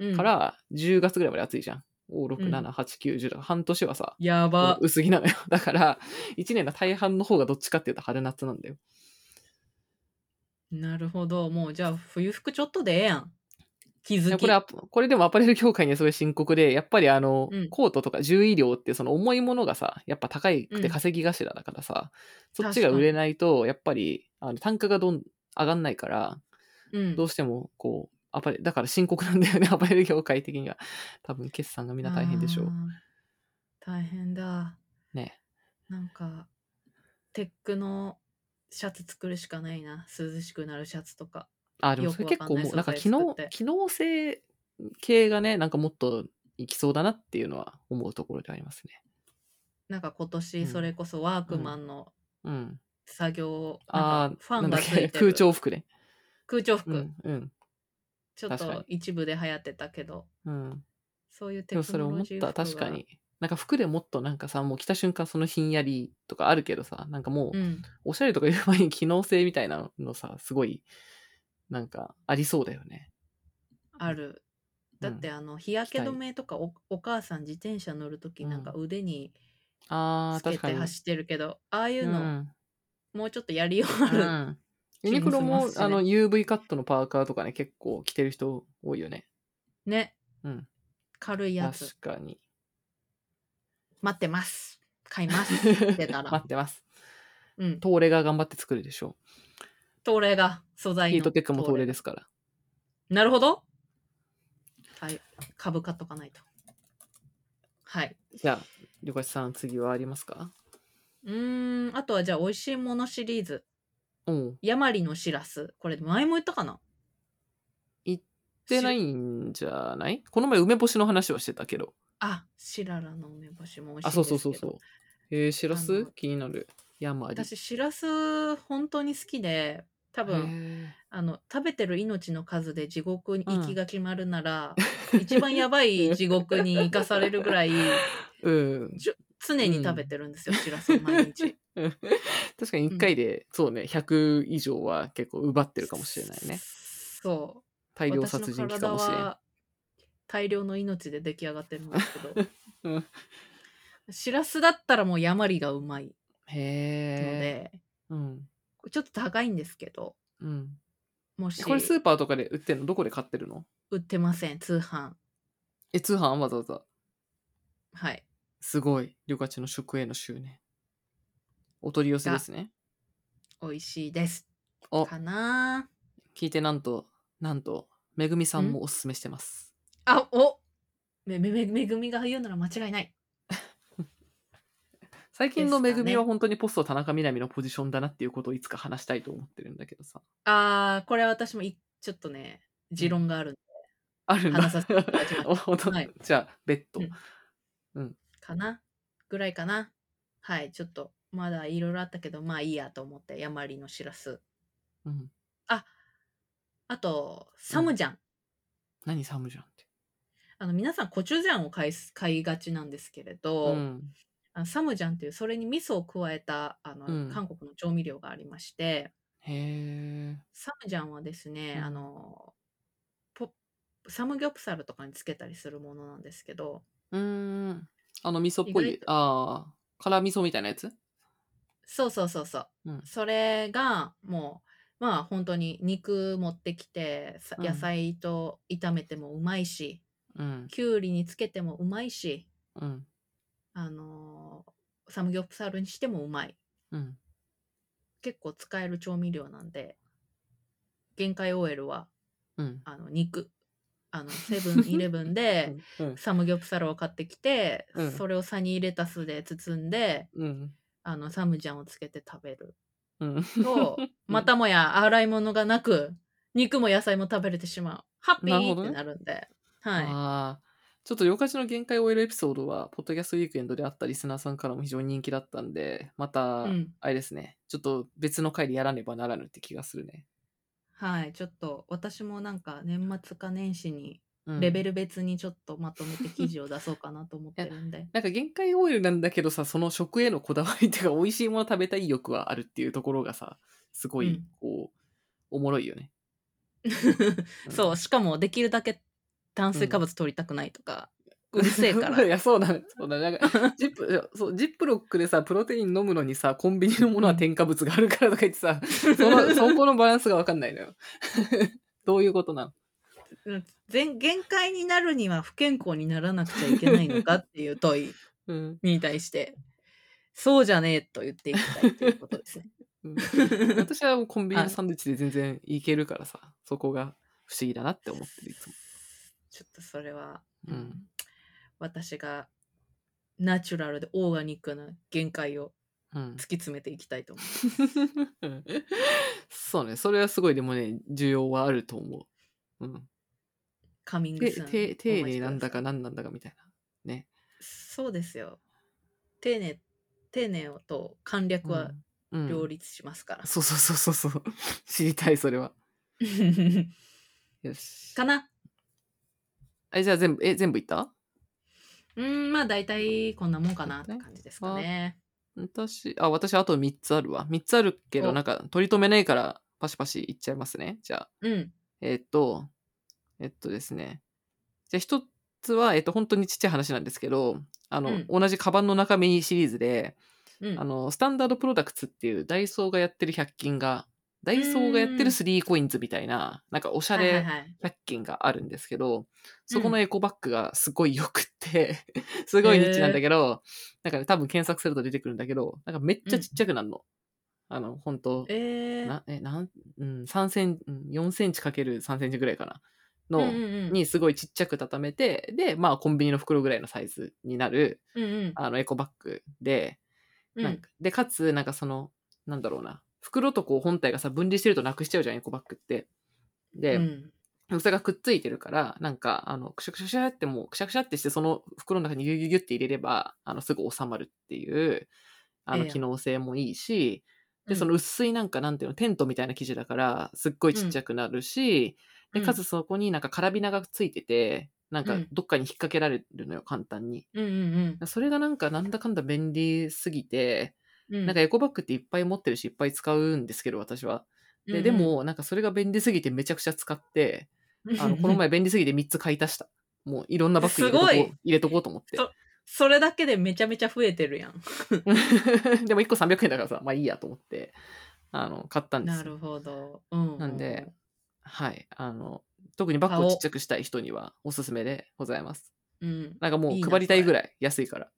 Speaker 2: ん。
Speaker 1: うん、
Speaker 2: から、10月ぐらいまで暑いじゃん。5、
Speaker 1: う
Speaker 2: 6、
Speaker 1: ん
Speaker 2: 7、8、9、10だから、半年はさ、
Speaker 1: やば。
Speaker 2: 薄着なのよ。だから、1年の大半の方がどっちかっていうと春夏なんだよ。
Speaker 1: なるほど。もうじゃあ冬服ちょっとでええやん。気
Speaker 2: い
Speaker 1: づ
Speaker 2: や
Speaker 1: き。
Speaker 2: これア、これでもアパレル業界にはすごい深刻で、やっぱりあの、
Speaker 1: うん
Speaker 2: コートとか重医療ってその重いものがさ、やっぱ高いく
Speaker 1: う
Speaker 2: て
Speaker 1: ん
Speaker 2: 稼ぎ頭だからさ、そっ
Speaker 1: 確
Speaker 2: ち
Speaker 1: か
Speaker 2: が
Speaker 1: に
Speaker 2: 売れないと、やっぱり、あの、単価がどん、上がんないから、
Speaker 1: うん
Speaker 2: どうしても、こう、アパレル、だから深刻なんだよね、 *laughs* アパレル業界的には。多分、決算がみんな大変でしょ
Speaker 1: あ
Speaker 2: う
Speaker 1: ー。大変だ。
Speaker 2: ね。
Speaker 1: なんか、テックのシャツ作るしかないな。涼しくなるシャツとか。
Speaker 2: あ、でも
Speaker 1: よ
Speaker 2: そ
Speaker 1: く
Speaker 2: れ
Speaker 1: わ
Speaker 2: 結
Speaker 1: かん
Speaker 2: 構
Speaker 1: ない
Speaker 2: もう、なんか機
Speaker 1: 素材作
Speaker 2: 能
Speaker 1: って、
Speaker 2: 機能性系がね、なんかもっといきそうだなっていうのは思うところでありますね。
Speaker 1: なんか今
Speaker 2: うん
Speaker 1: 年それこそワークマンの
Speaker 2: うん。
Speaker 1: 作業、な
Speaker 2: あ
Speaker 1: んかフ
Speaker 2: あ、
Speaker 1: ァ
Speaker 2: な
Speaker 1: ン
Speaker 2: んだ
Speaker 1: が
Speaker 2: っ
Speaker 1: ついて
Speaker 2: け、 *laughs*
Speaker 1: る
Speaker 2: 空調服ね。
Speaker 1: 空調服、
Speaker 2: うん、うん、
Speaker 1: ちょっ
Speaker 2: 確かに
Speaker 1: と一部で流行ってたけど、
Speaker 2: うん。
Speaker 1: そういう
Speaker 2: で
Speaker 1: テ
Speaker 2: も
Speaker 1: ク
Speaker 2: それ
Speaker 1: ノ
Speaker 2: 思
Speaker 1: ロ
Speaker 2: っ
Speaker 1: ジー
Speaker 2: た、
Speaker 1: 服が
Speaker 2: 確か。に。なんか服でもっとなんかさ、もう着た瞬間そのひんやりとかあるけどさ、なんかも
Speaker 1: う
Speaker 2: う、
Speaker 1: ん、
Speaker 2: おしゃれとか言う前に機能性みたいなのさ、すごい、なんかありそうだ
Speaker 1: *laughs*
Speaker 2: よね。
Speaker 1: ある。だってあの日焼け
Speaker 2: 期待
Speaker 1: 止めとかおお母さん自転車乗るときなんか
Speaker 2: う
Speaker 1: 腕に
Speaker 2: ああ、
Speaker 1: つけ
Speaker 2: 確か
Speaker 1: て
Speaker 2: に。
Speaker 1: 走ってるけど、ああいう
Speaker 2: う
Speaker 1: の
Speaker 2: ん
Speaker 1: もうちょっとやりようあ
Speaker 2: う
Speaker 1: る、
Speaker 2: ん
Speaker 1: *laughs* 気
Speaker 2: ユ
Speaker 1: に
Speaker 2: ニクロ
Speaker 1: し
Speaker 2: も、
Speaker 1: ますしね
Speaker 2: あの UV カットのパーカーとかね、結構着てる人多いよね。
Speaker 1: ね
Speaker 2: うん。
Speaker 1: 軽いやつ
Speaker 2: 確かに。
Speaker 1: 待ってます買います
Speaker 2: *laughs*
Speaker 1: ってた
Speaker 2: 待
Speaker 1: ら、
Speaker 2: ってます。
Speaker 1: うん、
Speaker 2: トーレが頑張って作るでしょ
Speaker 1: トーレが素
Speaker 2: う。
Speaker 1: 材の
Speaker 2: ヒートテックもトーレですすから。
Speaker 1: なるほどはい株買っとかないとはい
Speaker 2: じゃあ、りょかしさん、次はありますか
Speaker 1: うーんあとはじゃあ美味しいものシリーズ
Speaker 2: うん。
Speaker 1: ヤマリのしらすこれ前も言ったかな
Speaker 2: 言ってない
Speaker 1: し
Speaker 2: んじゃないこの前、梅干しの話はしてたけど。
Speaker 1: あシララの梅干しも美味しい
Speaker 2: あ、
Speaker 1: んですけど
Speaker 2: そうそうそうそう。えー、しら
Speaker 1: あ
Speaker 2: す
Speaker 1: の
Speaker 2: 気になる。ヤマリ。
Speaker 1: 私しらす本当に好きで多分
Speaker 2: 分
Speaker 1: あの食べてる命の数で地獄に行きが決まるな
Speaker 2: *laughs*
Speaker 1: ら、一番やばい地獄に行かされるぐらい
Speaker 2: うん *laughs*
Speaker 1: じゅ常に食べてるんですよ、しらす毎日。
Speaker 2: 確かに1回で、そうね100以上は結構奪ってるかもしれないね
Speaker 1: そう。
Speaker 2: 大量殺人鬼かもしれ
Speaker 1: 私の体
Speaker 2: ん
Speaker 1: は大量の命で出来上がってるんですけど
Speaker 2: *laughs* うん
Speaker 1: しらすだったらもう山りがうまいの
Speaker 2: へえ
Speaker 1: で、
Speaker 2: うん
Speaker 1: ちょっと高いんですけど
Speaker 2: うん
Speaker 1: も
Speaker 2: え
Speaker 1: し
Speaker 2: これスーパーとかで売ってるのどこで買ってるの
Speaker 1: 売ってません通販
Speaker 2: え通販わざわざ
Speaker 1: はい
Speaker 2: すごいリョカチの食への執念お取り寄せですね
Speaker 1: 美味しいです
Speaker 2: お
Speaker 1: かな
Speaker 2: 聞いてなんとなんとめぐみさんもおすすめしてます
Speaker 1: あおめめめめぐみが言うなら間違いない
Speaker 2: 最近のめぐ
Speaker 1: で
Speaker 2: み
Speaker 1: すか
Speaker 2: は
Speaker 1: ね
Speaker 2: 本当にポスト田中みな実のポジションだなっていうことをいつか話したいと思ってるんだけどさ
Speaker 1: あーこれ私もいちょっとね持論がある
Speaker 2: あるんだ
Speaker 1: 話させていただき *laughs* ます
Speaker 2: *laughs* お本当
Speaker 1: はい
Speaker 2: じゃあ別途、
Speaker 1: うんかなぐらいかなはいちょっとまだいろいろあったけどまあいいやと思って山りのしらす
Speaker 2: うん、
Speaker 1: あとサムジャン、
Speaker 2: 何サムジャンって
Speaker 1: あの皆さんコチュジャンを買いす買いがちなんですけれど、
Speaker 2: うん
Speaker 1: あのサムジャンっていうそれに味噌を加えたあの、
Speaker 2: うん
Speaker 1: 韓国の調味料がありまして
Speaker 2: へえ
Speaker 1: サムジャンはですね、
Speaker 2: うん
Speaker 1: あのポサムギョプサルとかにつけたりするものなんですけど
Speaker 2: うーんあの味噌っぽ
Speaker 1: 意
Speaker 2: いああ辛味噌みたいなやつ
Speaker 1: そうそうそうそう、
Speaker 2: うん
Speaker 1: それがもうまあ本当に肉持ってきてさ
Speaker 2: うん
Speaker 1: 野菜と炒めてもうまいし、
Speaker 2: うん
Speaker 1: きゅうりにつけてもうまいし
Speaker 2: うん
Speaker 1: あのサムギョプサルにしてもうまい
Speaker 2: うん
Speaker 1: 結構使える調味料なんで限界 OL は
Speaker 2: うん
Speaker 1: あの肉あのセブンイレブンで
Speaker 2: うん
Speaker 1: サムギョプサルを買ってきて、
Speaker 2: うん
Speaker 1: それをサニーレタスで包んで
Speaker 2: うん
Speaker 1: あのサムジャンをつけて食べる
Speaker 2: うん *laughs*
Speaker 1: とまたもや洗い物がなく肉も野菜も食べれてしまうハッピ
Speaker 2: なるほ
Speaker 1: ー
Speaker 2: ど
Speaker 1: っ
Speaker 2: ね
Speaker 1: てなるんではい
Speaker 2: あーちょっと、よかちの限界を終えるエピソードは、ポッドキャストウィークエンドであったリスナーさんからも非常に人気だったんで、また、
Speaker 1: うん
Speaker 2: あれですね、ちょっと別の回でやらねばならぬって気がするね。
Speaker 1: はいちょっと私もなんか年末か年始に
Speaker 2: うん
Speaker 1: レベル別にちょっとまとめて記事を出そうかなと思ってるん
Speaker 2: *laughs*
Speaker 1: で
Speaker 2: なんか限界オイルなんだけどさ、その食へのこだわりっていうか、美味しいもの食べたい欲はあるっていうところがさ、すご
Speaker 1: う
Speaker 2: い
Speaker 1: ん、
Speaker 2: こう、おもろいよね。ん
Speaker 1: そう、しかもできるだけ炭水化物取りたくないとか、うるせえ
Speaker 2: *laughs*
Speaker 1: か
Speaker 2: い
Speaker 1: ら。
Speaker 2: や、そうだ、そうだ、な
Speaker 1: *laughs*
Speaker 2: んか、ジップ、そう、ジップロックでさ、プロテイン飲むのにさ、コンビニのものは添加物があるからとか言ってさ、
Speaker 1: *laughs*
Speaker 2: その、そこのバランスがわかんないのよ。 *laughs* どういうことなの
Speaker 1: 全限界になるには不健康にならなくちゃいけないのかっていう問い
Speaker 2: うん。
Speaker 1: に対して、そうじゃねえと言っていきたいということですね。
Speaker 2: 私はもうコンビニのサンドイッチで全然いけるからさ、そこが不思議だなって思ってる、いつも。
Speaker 1: ちょっとそれは、
Speaker 2: うん
Speaker 1: 私がナチュラルでオーガニックな限界を
Speaker 2: うん
Speaker 1: 突き。詰めていきたいと思う。
Speaker 2: *laughs* そうね、それはすごい、でもね、需要はあると思う。うん。
Speaker 1: カミング
Speaker 2: て
Speaker 1: スーン
Speaker 2: て丁寧なんだ
Speaker 1: お
Speaker 2: か
Speaker 1: 待ちくさい
Speaker 2: 何なんだかみたいな。ね。
Speaker 1: そうですよ。丁寧、丁寧と簡略は
Speaker 2: うん、うん
Speaker 1: 両立しますから。
Speaker 2: そうそうそうそうそう。 *laughs* 知りたい、それは。よ
Speaker 1: *laughs*
Speaker 2: し。
Speaker 1: かな
Speaker 2: え、じゃあ全部、え、全部いった
Speaker 1: うーん、まあ大体こんなもんかなって感じですかね。
Speaker 2: 私、あ、私、あと3つあるわ。3つあるけど、
Speaker 1: お
Speaker 2: なんか、取り留めないから、パシパシいっちゃいますね。じゃあ、
Speaker 1: うん。
Speaker 2: えっと、えっとですね。じゃあ、1つは、えっと、本当にちっちゃい話なんですけど、あの、
Speaker 1: うん
Speaker 2: 同じカバンの中身シリーズで、
Speaker 1: うん。
Speaker 2: あの、スタンダードプロダクツっていうダイソーがやってる100均が、ダイソーがやってる3コインズみたいな、なんかおしゃ
Speaker 1: はいは
Speaker 2: れ
Speaker 1: いはい、
Speaker 2: 100均があるんですけど、そこのエコバッグがすごい良くって、 *laughs* すごいニッチなんだけど、なんかね、多分検索すると出てくるんだけど、なんかめっちゃちっちゃくなるの。あの、本当
Speaker 1: えー、
Speaker 2: な、え、なん、うん、3センうん4センチかける3センチぐらいかな。の、
Speaker 1: うんうんうん、
Speaker 2: にすごいちっちゃく畳めて、で、まあコンビニの袋ぐらいのサイズになる、
Speaker 1: うんうん
Speaker 2: あの、エコバッグで、
Speaker 1: う
Speaker 2: なん
Speaker 1: ん
Speaker 2: かで、かつ、なんかその、なんだろうな、袋とこう本体がさ、分離してるとなくしちゃうじゃん、エコバッグって。で、
Speaker 1: うん
Speaker 2: それがくっついてるから、なんか、あの、くしゃくしゃくしゃってもう、くしゃくしゃってして、その袋の中にギュギュギュって入れれば、あの、すぐ収まるっていう、あ
Speaker 1: え
Speaker 2: の、
Speaker 1: え
Speaker 2: 機能性もいいし、で、その薄いなんかなんていうの、テントみたいな生地だから、すっごいちっちゃくなるし、
Speaker 1: うん
Speaker 2: で、かつそこになんかカラビナがついてて、なんか
Speaker 1: うん
Speaker 2: どっかに引っ掛けられるのよ、簡単に。
Speaker 1: うんうん
Speaker 2: それがなんかなんだかんだ便利すぎて、
Speaker 1: うん。
Speaker 2: なんかエコバッグっていっぱい持ってるし、いっぱい使うんですけど、私は。
Speaker 1: うんう
Speaker 2: で、
Speaker 1: ん
Speaker 2: で、も、なんかそれが便利すぎてめちゃくちゃ使って、あの、この前便利すぎて3つ買い足した。もういろんなバッグ入れと
Speaker 1: す
Speaker 2: こ、
Speaker 1: ごいう
Speaker 2: 入れとこうと思って。
Speaker 1: *laughs* それだけでめちゃめちゃ増えてるやん。
Speaker 2: *laughs* でも1個300円だからさ、まあいいやと思って、あの、買ったんです
Speaker 1: な
Speaker 2: よ。
Speaker 1: るほど。うん。
Speaker 2: なんで、はい。あの、特にバッグをちっちゃくしたい人にはおすすめでございます。
Speaker 1: うん。
Speaker 2: なんかも
Speaker 1: いいうな
Speaker 2: 配りたいぐらい安いから。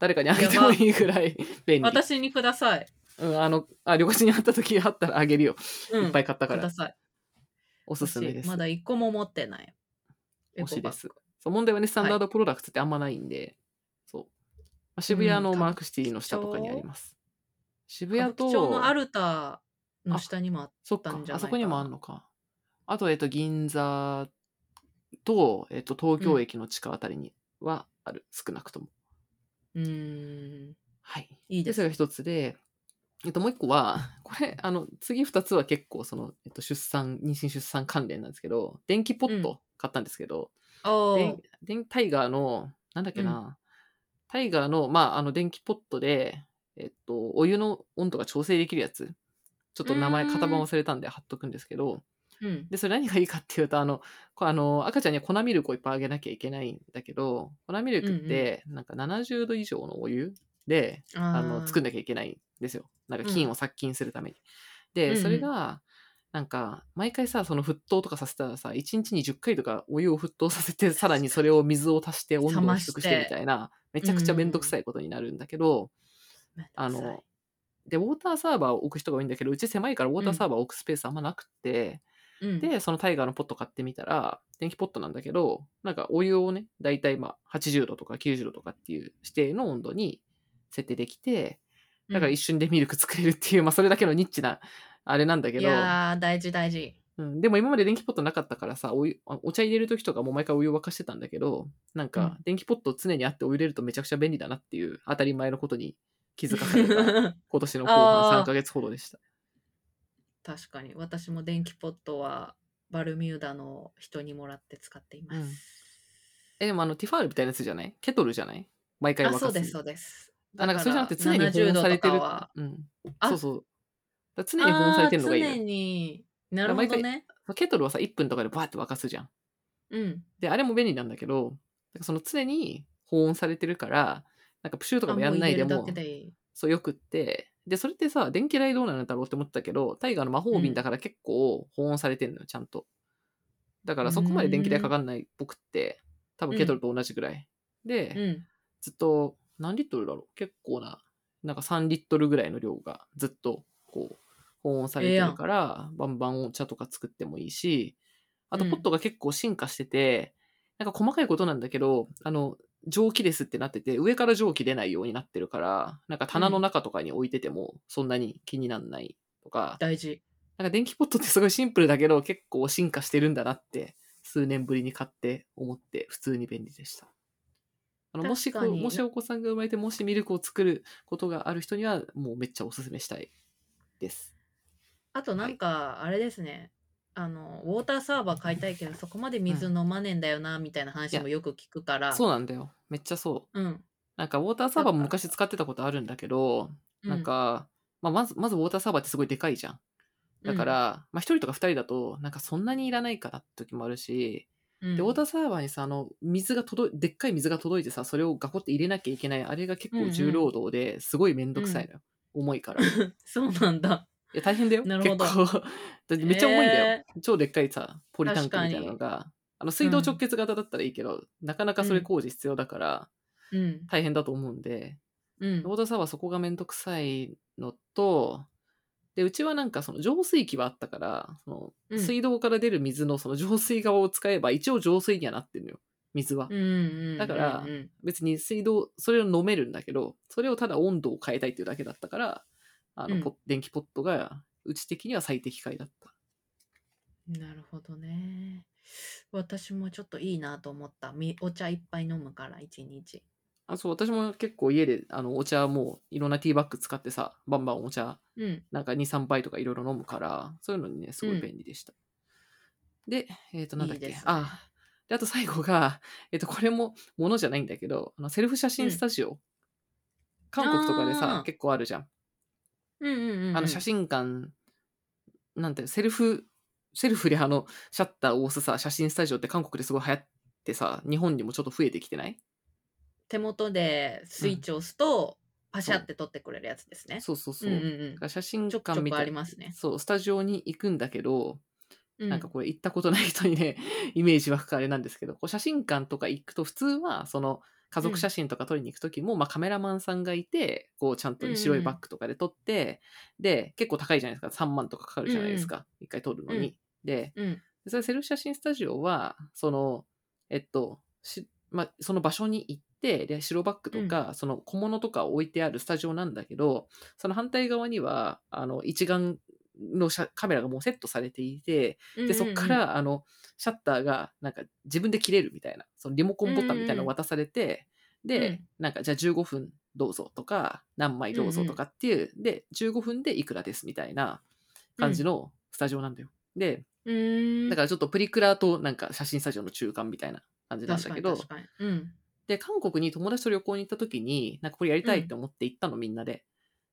Speaker 2: 誰かにあげてもいいぐらい便利。
Speaker 1: 私にください。
Speaker 2: うん、あの、あ、旅行にあった時あったらあげるよ。
Speaker 1: うん。
Speaker 2: いっぱい買ったか
Speaker 1: くだ
Speaker 2: ら。
Speaker 1: さい。
Speaker 2: おすすめです。
Speaker 1: 私まだ一個も持ってない。
Speaker 2: 推し
Speaker 1: エコ
Speaker 2: で
Speaker 1: バッグ
Speaker 2: す。そう、問題はね、スタンダードプロダクツってあんまないんで、そう。まあ渋谷の
Speaker 1: うん
Speaker 2: マークシティの下とかにあります。渋
Speaker 1: 歌舞
Speaker 2: 谷と
Speaker 1: 伎、町のアルタの下にもあっ
Speaker 2: そっ
Speaker 1: だ
Speaker 2: か
Speaker 1: ったんじゃないかな
Speaker 2: あそこにもあるのか。あと、えっと、銀座と、えっと、東京駅の地下あたりにはある、少なくとも。
Speaker 1: うーん。
Speaker 2: はい。
Speaker 1: いいです
Speaker 2: それが一つで、えっと、もう一個は、 *laughs* これ、あの、次二つは結構、その、えっと、出産、妊娠出産関連なんですけど、電気ポッ
Speaker 1: うん
Speaker 2: ト買ったんですけど、
Speaker 1: お
Speaker 2: で
Speaker 1: ー
Speaker 2: 電タイガーの、なんだっけな、タイガーの、まあ、あの、電気ポットで、えっと、お湯の温度が調整できるやつ。ちょっと名前、
Speaker 1: うーん
Speaker 2: 型番忘れたんで貼っとくんですけど、
Speaker 1: うん。
Speaker 2: で、それ何がいいかっていうと、あの、こうあの赤ちゃんには粉ミルクをいっぱいあげなきゃいけないんだけど、粉ミルクって、なんか70度以上のお湯で、あの、作ん
Speaker 1: で。
Speaker 2: なきゃいけないんですよ。なんか
Speaker 1: うん
Speaker 2: 菌を殺菌するために。
Speaker 1: うん
Speaker 2: で、
Speaker 1: うん
Speaker 2: それが、なんか、毎回さ、その沸騰とかさせたらさ、1日に10回とかお湯を沸騰させ *laughs* て、さらにそれを水を足して温度を低くし
Speaker 1: 冷
Speaker 2: て
Speaker 1: まして
Speaker 2: みたいな、めちゃくちゃめんどくさいことになるんだけど、あ
Speaker 1: めんどくさ
Speaker 2: の
Speaker 1: い、
Speaker 2: で、ウォーターサーバーを置く人が多いんだけど、うち狭いからウォーターサーバーを置くスペースあんまなくて、
Speaker 1: うん、
Speaker 2: で、そのタイガーのポット買ってみたら、電気ポットなんだけど、なんかお湯をね、だいたいまあ80度とか90度とかっていう指定の温度に設定できて、だから一瞬でミルク作れるっていう、まあそれだけのニッチな、あれなんだけ
Speaker 1: い
Speaker 2: ど、
Speaker 1: やー、大事大事。
Speaker 2: うん、でも今まで電気ポットなかったからさ、お湯あお茶入れる時とかも毎回お湯を沸かしてたんだけど、なんか電気ポット常にあってお湯入れるとめちゃくちゃ便利だなっていう当たり前のことに気づかされ
Speaker 1: *laughs*
Speaker 2: た今年の後
Speaker 1: あ
Speaker 2: 半
Speaker 1: ー
Speaker 2: 3ヶ月ほどでした。
Speaker 1: *laughs* 確かに。私も電気ポットはバルミューダの人にもらって使っています。
Speaker 2: うんえ、でもあのティファールみたいなやつじゃないケトルじゃない毎回沸
Speaker 1: あ、
Speaker 2: かす。
Speaker 1: そうです、そうです。
Speaker 2: あなんかそれじゃなくて常
Speaker 1: だ
Speaker 2: に
Speaker 1: から
Speaker 2: 保温されて
Speaker 1: 70度
Speaker 2: る
Speaker 1: とかは。
Speaker 2: うん。
Speaker 1: あ
Speaker 2: そうそう。だから常に保温されてるのがいい
Speaker 1: あー常
Speaker 2: の
Speaker 1: に。なるほどね。
Speaker 2: よ。ケトルはさ、1分とかでバーって沸かすじゃん。
Speaker 1: うん。
Speaker 2: で、あれも便利なんだけど、なんかその常に保温されてるから、なんかプシューとかもやんないで
Speaker 1: あも
Speaker 2: も
Speaker 1: う入れるだけ、でいい。
Speaker 2: そうよくって、で、それってさ、電気代どうなるんだろうって思ってたけど、タイガーの魔法瓶だから結構保温されてんのよ、ちゃんと。だからそこまで電気代かかんない僕って、多分ケトルと同じぐらい。で、
Speaker 1: うん。
Speaker 2: ずっと何リットルだろう結構ななんか3リットルぐらいの量がずっとこう保温されてるから、バンバンお茶とか作ってもいいしあと
Speaker 1: うん
Speaker 2: ポットが結構進化してて、なんか細かいことなんだけどあの蒸気ですってなってて上から蒸気出ないようになってるからなんか棚の中とかに置いててもそんなに気になんないとか、
Speaker 1: 大事。
Speaker 2: なんか電気ポットってすごいシンプルだけど結構進化してるんだなって数年ぶりに買って思って普通に便利でした。あのもしこ
Speaker 1: 確かに
Speaker 2: もしお子さんが生まれてもしミルクを作ることがある人にはもうめっちゃおすすめしたいです。
Speaker 1: あとなんか、あれですね。あの、ウォーターサーバー買いたいけど、そこまで水飲まねえんだよな、みたいな話もよく聞くから。
Speaker 2: そうなんだよ。めっちゃそう。
Speaker 1: うん。
Speaker 2: なんかウォーターサーバーも昔使ってたことあるんだけど、
Speaker 1: う
Speaker 2: なん、か、まあ、まずまずウォーターサーバーってすごいでかいじゃん。だから、まあ1人とか2人だとなんかそんなにいらないかなって時もあるし、
Speaker 1: うん、
Speaker 2: で、ウォータ
Speaker 1: ー
Speaker 2: ーサーバーにさ、あの、水が届い、でっかい水が届いてさ、それをガコって入れなきゃいけない、あれが結
Speaker 1: うんう
Speaker 2: 構
Speaker 1: ん
Speaker 2: 重労働で、すごいめんどくさいのよ。重
Speaker 1: *laughs*
Speaker 2: いから。い
Speaker 1: そうなんだ。
Speaker 2: や、大変だよ。
Speaker 1: なるほど
Speaker 2: 結構。 *laughs* だってめっちゃ重いんだよ
Speaker 1: え。
Speaker 2: 超でっかいさ、ポリタンクみたいなの
Speaker 1: 確
Speaker 2: が。あの、水道直結型だったらいいけど、なかなかそれ工事必要だから、
Speaker 1: うん。
Speaker 2: 大変だと思うんで、
Speaker 1: うん
Speaker 2: ウォーターサーバーそこがめんどくさいのと、で、うちはなんかその浄水器はあったから、その
Speaker 1: うん
Speaker 2: 水道から出る水のその浄水側を使えば、一応浄水にはなってるのよ。水は。
Speaker 1: うんうんうん
Speaker 2: だから
Speaker 1: うんうん
Speaker 2: 別に水道それを飲めるんだけどそれをただ温度を変えたいっていうだけだったからあの、
Speaker 1: うん
Speaker 2: ポッ電気ポットがうち的には最適解だった
Speaker 1: なるほどね。私もちょっといいなと思った。みお茶いっぱい飲むから、一日。
Speaker 2: あそう私も結構家であのお茶もういろんなティーバッグ使ってさバンバンお茶
Speaker 1: うん。
Speaker 2: なんか23杯とかいろいろ飲むからそういうのにねすごい便利でした、でえっ、となんだっけ
Speaker 1: いいですね
Speaker 2: あであと最後が、えっとこれもものじゃないんだけどあのセルフ写真スタジオ、韓国とかで
Speaker 1: あ
Speaker 2: さ
Speaker 1: ー
Speaker 2: 結構あるじゃん
Speaker 1: うんうんうんうん。
Speaker 2: あの写真館なんていうのセルフセルフであのシャッターを押すさ写真スタジオって韓国ですごい流行ってさ日本にもちょっと増えてきてない
Speaker 1: 手元でスイッチを押すと、パシャって撮ってくれるやつですね。
Speaker 2: そうそうそうう、
Speaker 1: んうん
Speaker 2: だ
Speaker 1: うん
Speaker 2: か。ら写真
Speaker 1: ちょくち
Speaker 2: 館
Speaker 1: ょ
Speaker 2: み
Speaker 1: くあ
Speaker 2: たい
Speaker 1: りますね。
Speaker 2: そうスタジオに行くんだけど、
Speaker 1: うん
Speaker 2: なんかこれ行ったことない人にね *laughs* イメージ湧くからあれなんですけどこう写真館とか行くと普通はその家族写真とか撮りに行く時も、まあ、カメラマンさんがいてこうちゃんと白いバッグとかで撮って、で結構高いじゃないですか3万とかかかるじゃないですか、一回撮るのに。
Speaker 1: うん
Speaker 2: で
Speaker 1: うん。
Speaker 2: でそれセルフ写真スタジオはそのえっとし、まあ、その場所に行ってで白バッグとか、その小物とかを置いてあるスタジオなんだけどその反対側にはあの一眼のシャカメラがもうセットされていてでそこか
Speaker 1: うんうんうん、
Speaker 2: らあのシャッターがなんか自分で切れるみたいなそのリモコンボタンみたいなのを渡されて、で、
Speaker 1: うん
Speaker 2: なんかじゃあ15分どうぞとか何枚どうぞとかっていう、で15分でいくらですみたいな感じのスタジオなんだよ。で
Speaker 1: うーん。
Speaker 2: だからちょっとプリクラとなんか写真スタジオの中間みたいな感じなん
Speaker 1: 確
Speaker 2: だ
Speaker 1: か
Speaker 2: け
Speaker 1: に
Speaker 2: ど
Speaker 1: 確、かに。うん。
Speaker 2: で、韓国に友達と旅行に行った時に、なんかこれやりたいって思って行ったのみんなで。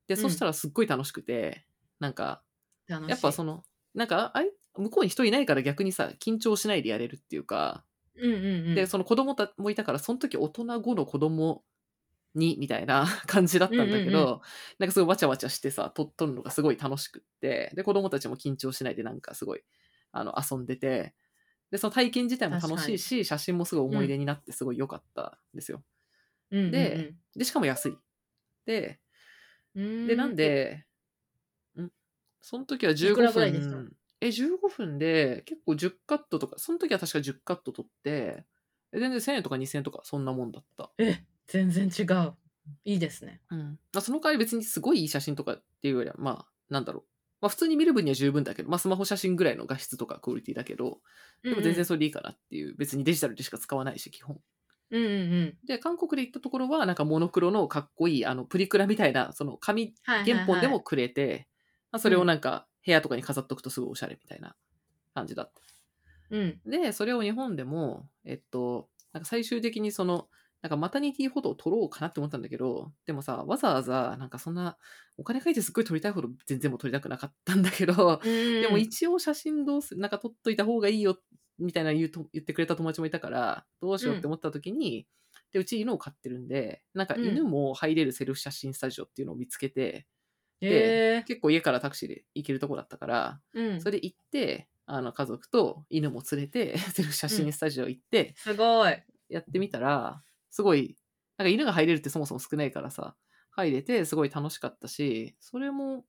Speaker 2: で、
Speaker 1: うん
Speaker 2: そしたらすっごい楽しくて、なんか、
Speaker 1: 楽しい。
Speaker 2: やっぱその、なんかあい、向こうに人いないから逆にさ、緊張しないでやれるっていうか、
Speaker 1: うんうんうん。
Speaker 2: で、その子供たもいたから、その時大人後の子供に、みたいな *laughs* 感じだったんだけど、
Speaker 1: うんうん
Speaker 2: なんかすごいわちゃわちゃしてさ、と撮るのがすごい楽しくって、で、子供たちも緊張しないでなんかすごい、あの、遊んでて、で、その体験自体も楽しいし、写真もすごい思い出になってすごい良かったんですよ。
Speaker 1: うんうんうん、
Speaker 2: でで、しかも安い。で、で、
Speaker 1: で
Speaker 2: なん、で、んその時は15
Speaker 1: いくらぐらいでした
Speaker 2: 分。え、15分で結構10カットとか、その時は確か10カット取って、え全然1000円とか2000円とかそんなもんだった。
Speaker 1: え、全然違う。いいですね。
Speaker 2: うん。あその代わり別にすごいいい写真とかっていうよりは、まあ、なんだろう。まあ普通に見る分には十分だけど、まあスマホ写真ぐらいの画質とかクオリティだけど、でも全然それでいいかなっていう、別にデジタルでしか使わないし、基本。
Speaker 1: うんうんうんうん。
Speaker 2: で、韓国で行ったところは、なんかモノクロのかっこいい、あの、プリクラみたいな、その紙
Speaker 1: はいはいはい
Speaker 2: 原本でもくれて、まあそれをなんか部屋とかに飾っとくとすごいおしゃれみたいな感じだった。
Speaker 1: うん。
Speaker 2: で、それを日本でも、えっと、なんか最終的にその、なんかマタニティフォトを撮ろうかなって思ったんだけど、でもさ、わざわざなんかそんなお金かいてすっごい撮りたいほど全然もう撮りたくなかったんだけど、で
Speaker 1: で
Speaker 2: も一応写真どうすなんか撮っといた方がいいよみたいな言うと言ってくれた友達もいたからどうしようって思った時に、でうち犬を飼ってるんでなんか
Speaker 1: うん
Speaker 2: 犬も入れるセルフ写真スタジオっていうのを見つけて、
Speaker 1: え
Speaker 2: 結構家からタクシーで行けるとこだったから
Speaker 1: うん
Speaker 2: それで行ってあの家族と犬も連れて *laughs* セルフ写真スタジオ行って
Speaker 1: すごい。
Speaker 2: やってみたらすごいなんか犬が入れるってそもそも少ないからさ入れてすごい楽しかったしそれも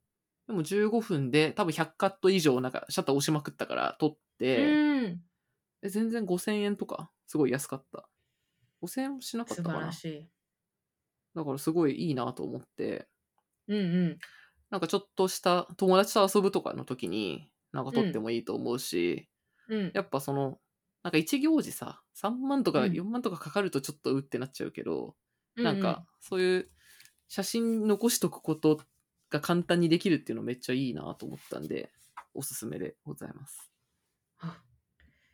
Speaker 2: でも15分で多分100カット以上なんかシャッター押しまくったから撮って。
Speaker 1: うん。
Speaker 2: え全然5000円とか、すごい安かった。5000円もしなかっ
Speaker 1: 素
Speaker 2: た
Speaker 1: 晴
Speaker 2: からな。
Speaker 1: しい。
Speaker 2: だからすごいいいなと思って、
Speaker 1: うんうん。
Speaker 2: なんかちょっとした友達と遊ぶとかの時に、なんか撮ってもいいと思うし、
Speaker 1: うん、
Speaker 2: やっぱその、なんか一行事さ、3万とか
Speaker 1: うん
Speaker 2: 4万とかかかるとちょっとうってなっちゃうけど、なんかそういう写真残しとくことが簡単にできるっていうのめっちゃいいなと思ったんで、おすすめでございます。
Speaker 1: うん、うん。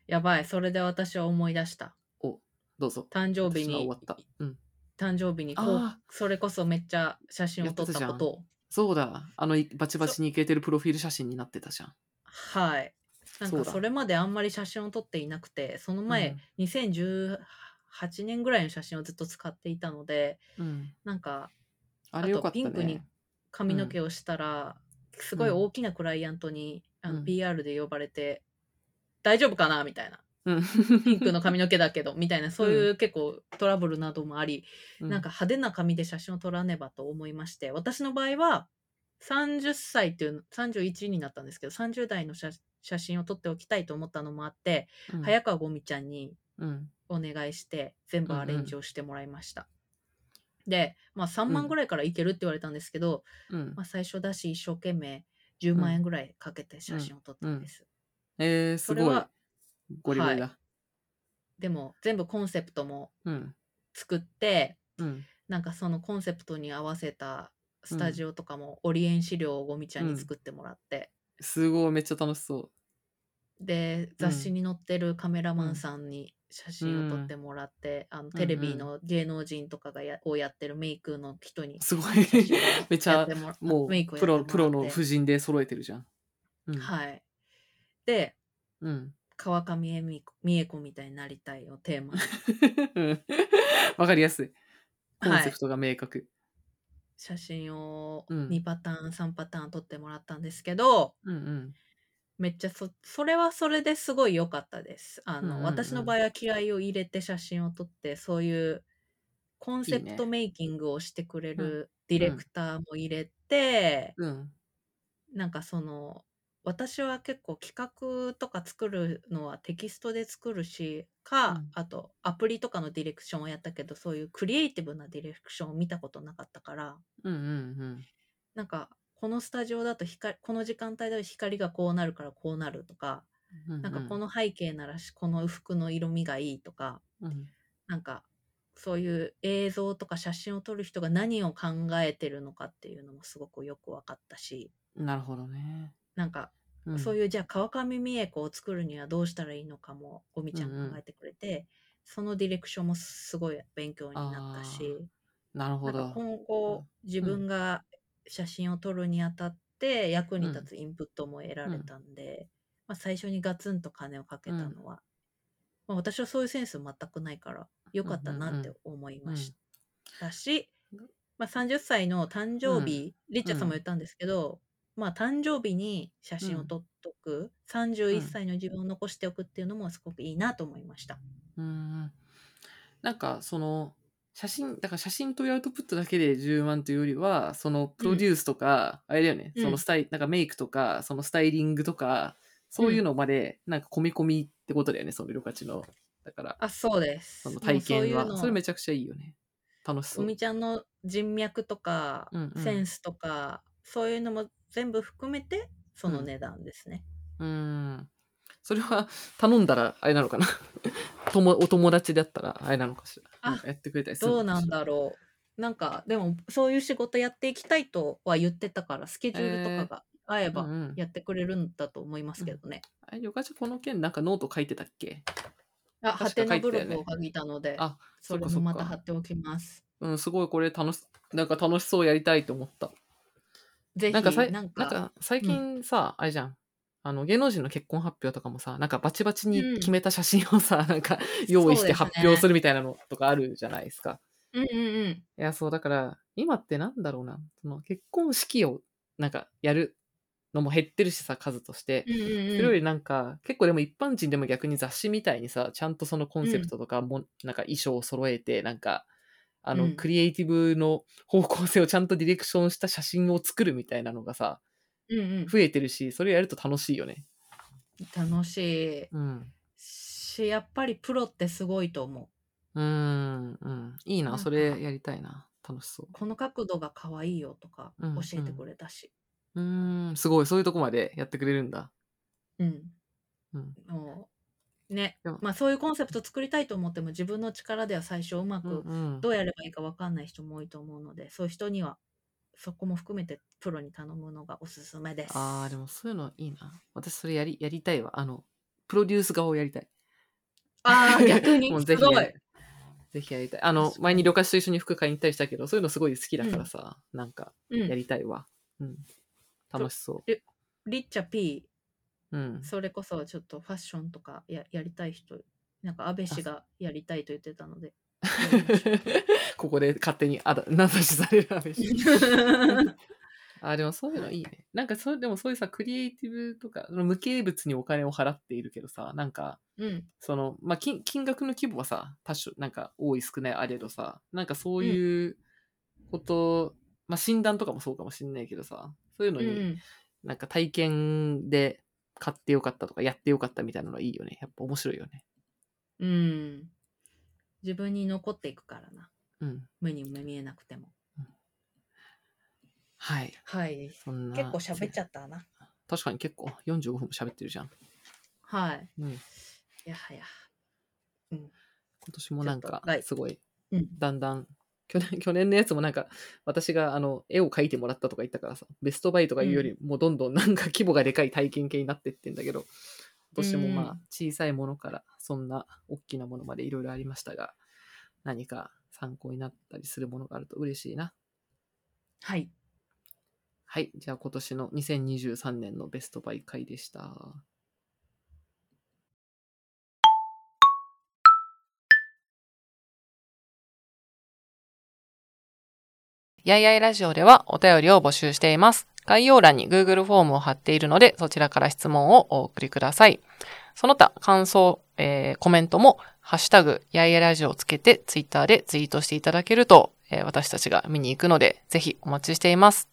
Speaker 1: やばい、それで私は思い出した。
Speaker 2: どうぞ。
Speaker 1: 誕生日
Speaker 2: 私は終
Speaker 1: に
Speaker 2: わ、った。うん。
Speaker 1: 誕生日にこう
Speaker 2: あ、
Speaker 1: それこそめっちゃ写真を撮ったことを。
Speaker 2: そうだ。あの、いバチバチにいけてるプロフィール写真になってたじゃん。
Speaker 1: はい。なん
Speaker 2: そう
Speaker 1: か
Speaker 2: だ
Speaker 1: それまであんまり写真を撮っていなくて、その前、2018年ぐらいの写真をずっと使っていたので、
Speaker 2: うん、うん
Speaker 1: なんか
Speaker 2: あれよかったね。
Speaker 1: あとピンクに髪の毛をしたら、すごい大きなクライアントに、あ
Speaker 2: う
Speaker 1: の
Speaker 2: ん
Speaker 1: PR で呼ばれて、大丈夫かなみたいな。
Speaker 2: *laughs* うん、
Speaker 1: ピンクの髪の毛だけど、みたいな、そういう結構トラブルなどもあり、なんか派手な髪で写真を撮らねばと思いまして、私の場合は、30歳っていうの、31になったんですけど、30代の写写真を撮っておきたいと思ったのもあって、
Speaker 2: うん、
Speaker 1: 早川ゴミちゃんに
Speaker 2: うん、
Speaker 1: お願いして、全部
Speaker 2: うんうん
Speaker 1: アレンジをしてもらいました。で、まあ3
Speaker 2: うん
Speaker 1: 万ぐらいからいけるって言われたんですけど、
Speaker 2: うん
Speaker 1: まあ、最初だし一生懸命10万円ぐらいかけて写真を撮ったんです。
Speaker 2: えー、す
Speaker 1: それ
Speaker 2: ごい
Speaker 1: は。
Speaker 2: ゴリゴリだ。
Speaker 1: でも全部コンセプトも
Speaker 2: うん。
Speaker 1: 作って
Speaker 2: うん
Speaker 1: なんかそのコンセプトに合わせたスタジオとかもオリエン資料をゴミちゃんに作ってもらって、
Speaker 2: すごい、めっちゃ楽しそ
Speaker 1: で雑誌に載ってるカメラマンさんに写真を撮ってもらって、あのテレビの芸能人とかがやをやってるメイクの人に
Speaker 2: う。すご
Speaker 1: *laughs*
Speaker 2: い。
Speaker 1: 写真を
Speaker 2: *laughs* めち
Speaker 1: やっ
Speaker 2: ゃ
Speaker 1: て、もら
Speaker 2: もう、
Speaker 1: メイクをや
Speaker 2: プ
Speaker 1: ってもら
Speaker 2: ロ、
Speaker 1: って
Speaker 2: プロの夫人で揃えてるじゃん。うん。
Speaker 1: はい。で
Speaker 2: うん。
Speaker 1: 川上恵美子美恵子みたいになりたいをテーマに
Speaker 2: うん *laughs* わかりやすい。コン
Speaker 1: は
Speaker 2: セ
Speaker 1: い
Speaker 2: プ、トが明確。
Speaker 1: 写真を
Speaker 2: うん
Speaker 1: 2パターン、3パターン撮ってもらったんですけど
Speaker 2: うんうん。
Speaker 1: めっちゃそそれはそれですごい良かったですあの、
Speaker 2: うんうんうん
Speaker 1: 私の場合は気合を入れて写真を撮ってそういうコンセプトメイキングをしてくれるディレクターも入れて、
Speaker 2: うん。
Speaker 1: なんかその私は結構企画とか作るのはテキストで作るしか、
Speaker 2: うん
Speaker 1: あとアプリとかのディレクションをやったけどそういうクリエイティブなディレクションを見たことなかったから
Speaker 2: うんうん
Speaker 1: なんかこのスタジオだと光この時間帯だと光がこうなるからこうなるとか、
Speaker 2: うん。
Speaker 1: なんかこ
Speaker 2: の、
Speaker 1: の背景ならしこの服の色味がいいとか
Speaker 2: うん
Speaker 1: なんかそういう映像とか写真を撮る人が何を考えてるのかっていうのもすごくよく分かったし
Speaker 2: なるほどね。
Speaker 1: なんかそう
Speaker 2: う
Speaker 1: いうじゃあ川上美恵子を作るにはどうしたらいいのかもゴミちゃ
Speaker 2: うんうんん
Speaker 1: 考えてくれて、そのディレクションもすごい勉強になったし
Speaker 2: ん。なる
Speaker 1: な
Speaker 2: ほ
Speaker 1: んか
Speaker 2: ど。
Speaker 1: 今後自分が写真を撮るにあたって役に立つインプットも得られたんで、まあ、最初にガツンと金をかけたのは、まあ、私はそういうセンス全くないから良かったなって思いましたし、まあ、30歳の誕生日、リッチャーさんも言ったんですけど、まあ誕生日に写真を撮っとく、31歳の自分を残しておくっていうのもすごくいいなと思いました。
Speaker 2: うん。なんかその写真だから写真というアウトプットだけで10万というよりはそのプロデュースとか、あれだよね、
Speaker 1: うん
Speaker 2: そのスタイなんかメイクとかそのスタイリングとかそういうのまでなんか込み込みってことだよね、その旅勝ちのだから
Speaker 1: あそうです。
Speaker 2: その体験は
Speaker 1: も
Speaker 2: そう
Speaker 1: そう
Speaker 2: れ
Speaker 1: いうの
Speaker 2: めちゃくちゃいいよね楽しそう
Speaker 1: みちゃんの人脈とか、
Speaker 2: うんうん
Speaker 1: センスとかそういうのも全部含めてその値段ですね。
Speaker 2: ううんそれは頼んだらあれなのか *laughs* なともお友達だったらあれなのかしら
Speaker 1: あ
Speaker 2: なんかやってくれたりする
Speaker 1: ど
Speaker 2: の
Speaker 1: う
Speaker 2: か
Speaker 1: な
Speaker 2: しら
Speaker 1: んだろう。なんかでもそういう仕事やっていきたいとは言ってたからスケジュールとかが合えば
Speaker 2: うんうん
Speaker 1: やってくれるんだと思いますけどね。
Speaker 2: あれ旅館この件なんかノート書いてたっけ
Speaker 1: あ、ハ
Speaker 2: 確
Speaker 1: テ
Speaker 2: か書
Speaker 1: ナ
Speaker 2: いて
Speaker 1: ブロ
Speaker 2: たよね
Speaker 1: グを書いたので、
Speaker 2: あ
Speaker 1: それ
Speaker 2: そっかそ
Speaker 1: も
Speaker 2: っか
Speaker 1: また貼っておきます。
Speaker 2: うん、すごいこれ楽し、なんか楽しそうやりたいと思った。
Speaker 1: ぜひ、
Speaker 2: な
Speaker 1: なん
Speaker 2: んかさい、
Speaker 1: か
Speaker 2: なんか最近さ、あれじゃん。あの、芸能人の結婚発表とかもさ、なんかバチバチに決めた写真をさ、 *laughs* なんか用意して
Speaker 1: そう
Speaker 2: 発
Speaker 1: ですね
Speaker 2: 表するみたいなのとかあるじゃないですか。
Speaker 1: うんうんうん。
Speaker 2: いや、そう、だから、今ってなんだろうな。その結婚式をなんかやるのも減ってるしさ、数として。
Speaker 1: うんうん
Speaker 2: それよりなんか、結構でも一般人でも逆に雑誌みたいにさ、ちゃんとそのコンセプトとかも、なんか衣装を揃えて、なんか、あの、
Speaker 1: うん
Speaker 2: クリエイティブの方向性をちゃんとディレクションした写真を作るみたいなのがさ、
Speaker 1: うん
Speaker 2: 増えてるし、それやると楽しいよね。
Speaker 1: うん、楽しい
Speaker 2: うん。
Speaker 1: し、やっぱりプロってすごいと思う。
Speaker 2: うーん、うん。いい
Speaker 1: な
Speaker 2: な、
Speaker 1: んか
Speaker 2: それやりたいな。楽しそ
Speaker 1: この角度が可愛いよとか
Speaker 2: うん
Speaker 1: 教えてくれたし、
Speaker 2: う。うーん、すごい。そういうとこまでやってくれるんだ。
Speaker 1: うん、
Speaker 2: うん。
Speaker 1: もうね
Speaker 2: でも、
Speaker 1: まあそういうコンセプト作りたいと思っても自分の力では最初うま
Speaker 2: うん
Speaker 1: く
Speaker 2: うん
Speaker 1: どうやればいいかわかんない人も多いと思うので、そういう人にはそこも含めてプロに頼むのがおすすめです。
Speaker 2: ああ、でもそういうのいいな。私それやり、やりたいわ。あの、プロデュース側をやりたい。
Speaker 1: あー逆に
Speaker 2: *laughs* もう
Speaker 1: すご
Speaker 2: や
Speaker 1: い
Speaker 2: り。ぜひやりたい。あの
Speaker 1: 確か、に
Speaker 2: 前に旅館と一緒に服買いに行ったりしたけど、そういうのすごい好きだからさ、なんか、
Speaker 1: う
Speaker 2: や
Speaker 1: ん、
Speaker 2: りたいわ。うん。楽しそ
Speaker 1: リッチャ P
Speaker 2: う。うん。
Speaker 1: それこそちょっとファッションとかややりたい人、なんか安倍氏がやりたいと言ってたの
Speaker 2: *laughs*
Speaker 1: で。
Speaker 2: *laughs* ここで勝手に、あだ、名指しされる話。
Speaker 1: *laughs*
Speaker 2: あ、でもそういうのいいね。なんかそう、でもそういうさ、クリエイティブとか、その無形物にお金を払っているけどさ、なんか、
Speaker 1: うん、
Speaker 2: その、まあ、金、金額の規模はさ、多少、なんか多い少ないあれどさ、なんかそういうこと、まあ、診断とかもそうかもしんないけどさ、そういうの
Speaker 1: うん、う
Speaker 2: に
Speaker 1: ん。
Speaker 2: なんか体験で買ってよかったとかやってよかったみたいなのはいいよね。やっぱ面白いよね。
Speaker 1: うん。自分に残っていくからな。
Speaker 2: うん。
Speaker 1: 目にも見えなくても。
Speaker 2: はい。
Speaker 1: はい。
Speaker 2: そんな。
Speaker 1: 結構喋っちゃったな。
Speaker 2: 確かに結構45分も喋ってるじゃん。
Speaker 1: はい。
Speaker 2: うん。今
Speaker 1: いやはや。
Speaker 2: 年もなん
Speaker 1: ちょっ
Speaker 2: か
Speaker 1: とはい
Speaker 2: すごい、
Speaker 1: うん。
Speaker 2: だんだん去年、 *laughs* 去年のやつもなんか、私があの、絵を描いてもらったとか言ったからさ、ベストバイとかいうより、もうどんどんなんか規模がでかい体験系になってってんだけど、どうしてもまあ、小さいものから、そんな大きなものまでいろいろありましたが、何か参考になったりするものがあると嬉しいな。
Speaker 1: はい。
Speaker 2: はい。じゃあ今年の2023年のベストバイ会でした。
Speaker 3: やいやいラジオではお便りを募集しています。概要欄に Google フォームを貼っているので、そちらから質問をお送りください。その他、感想、えー、コメントも、ハッシュタグ、やいやラジオをつけて、Twitter でツイートしていただけると、えー、私たちが見に行くので、ぜひお待ちしています。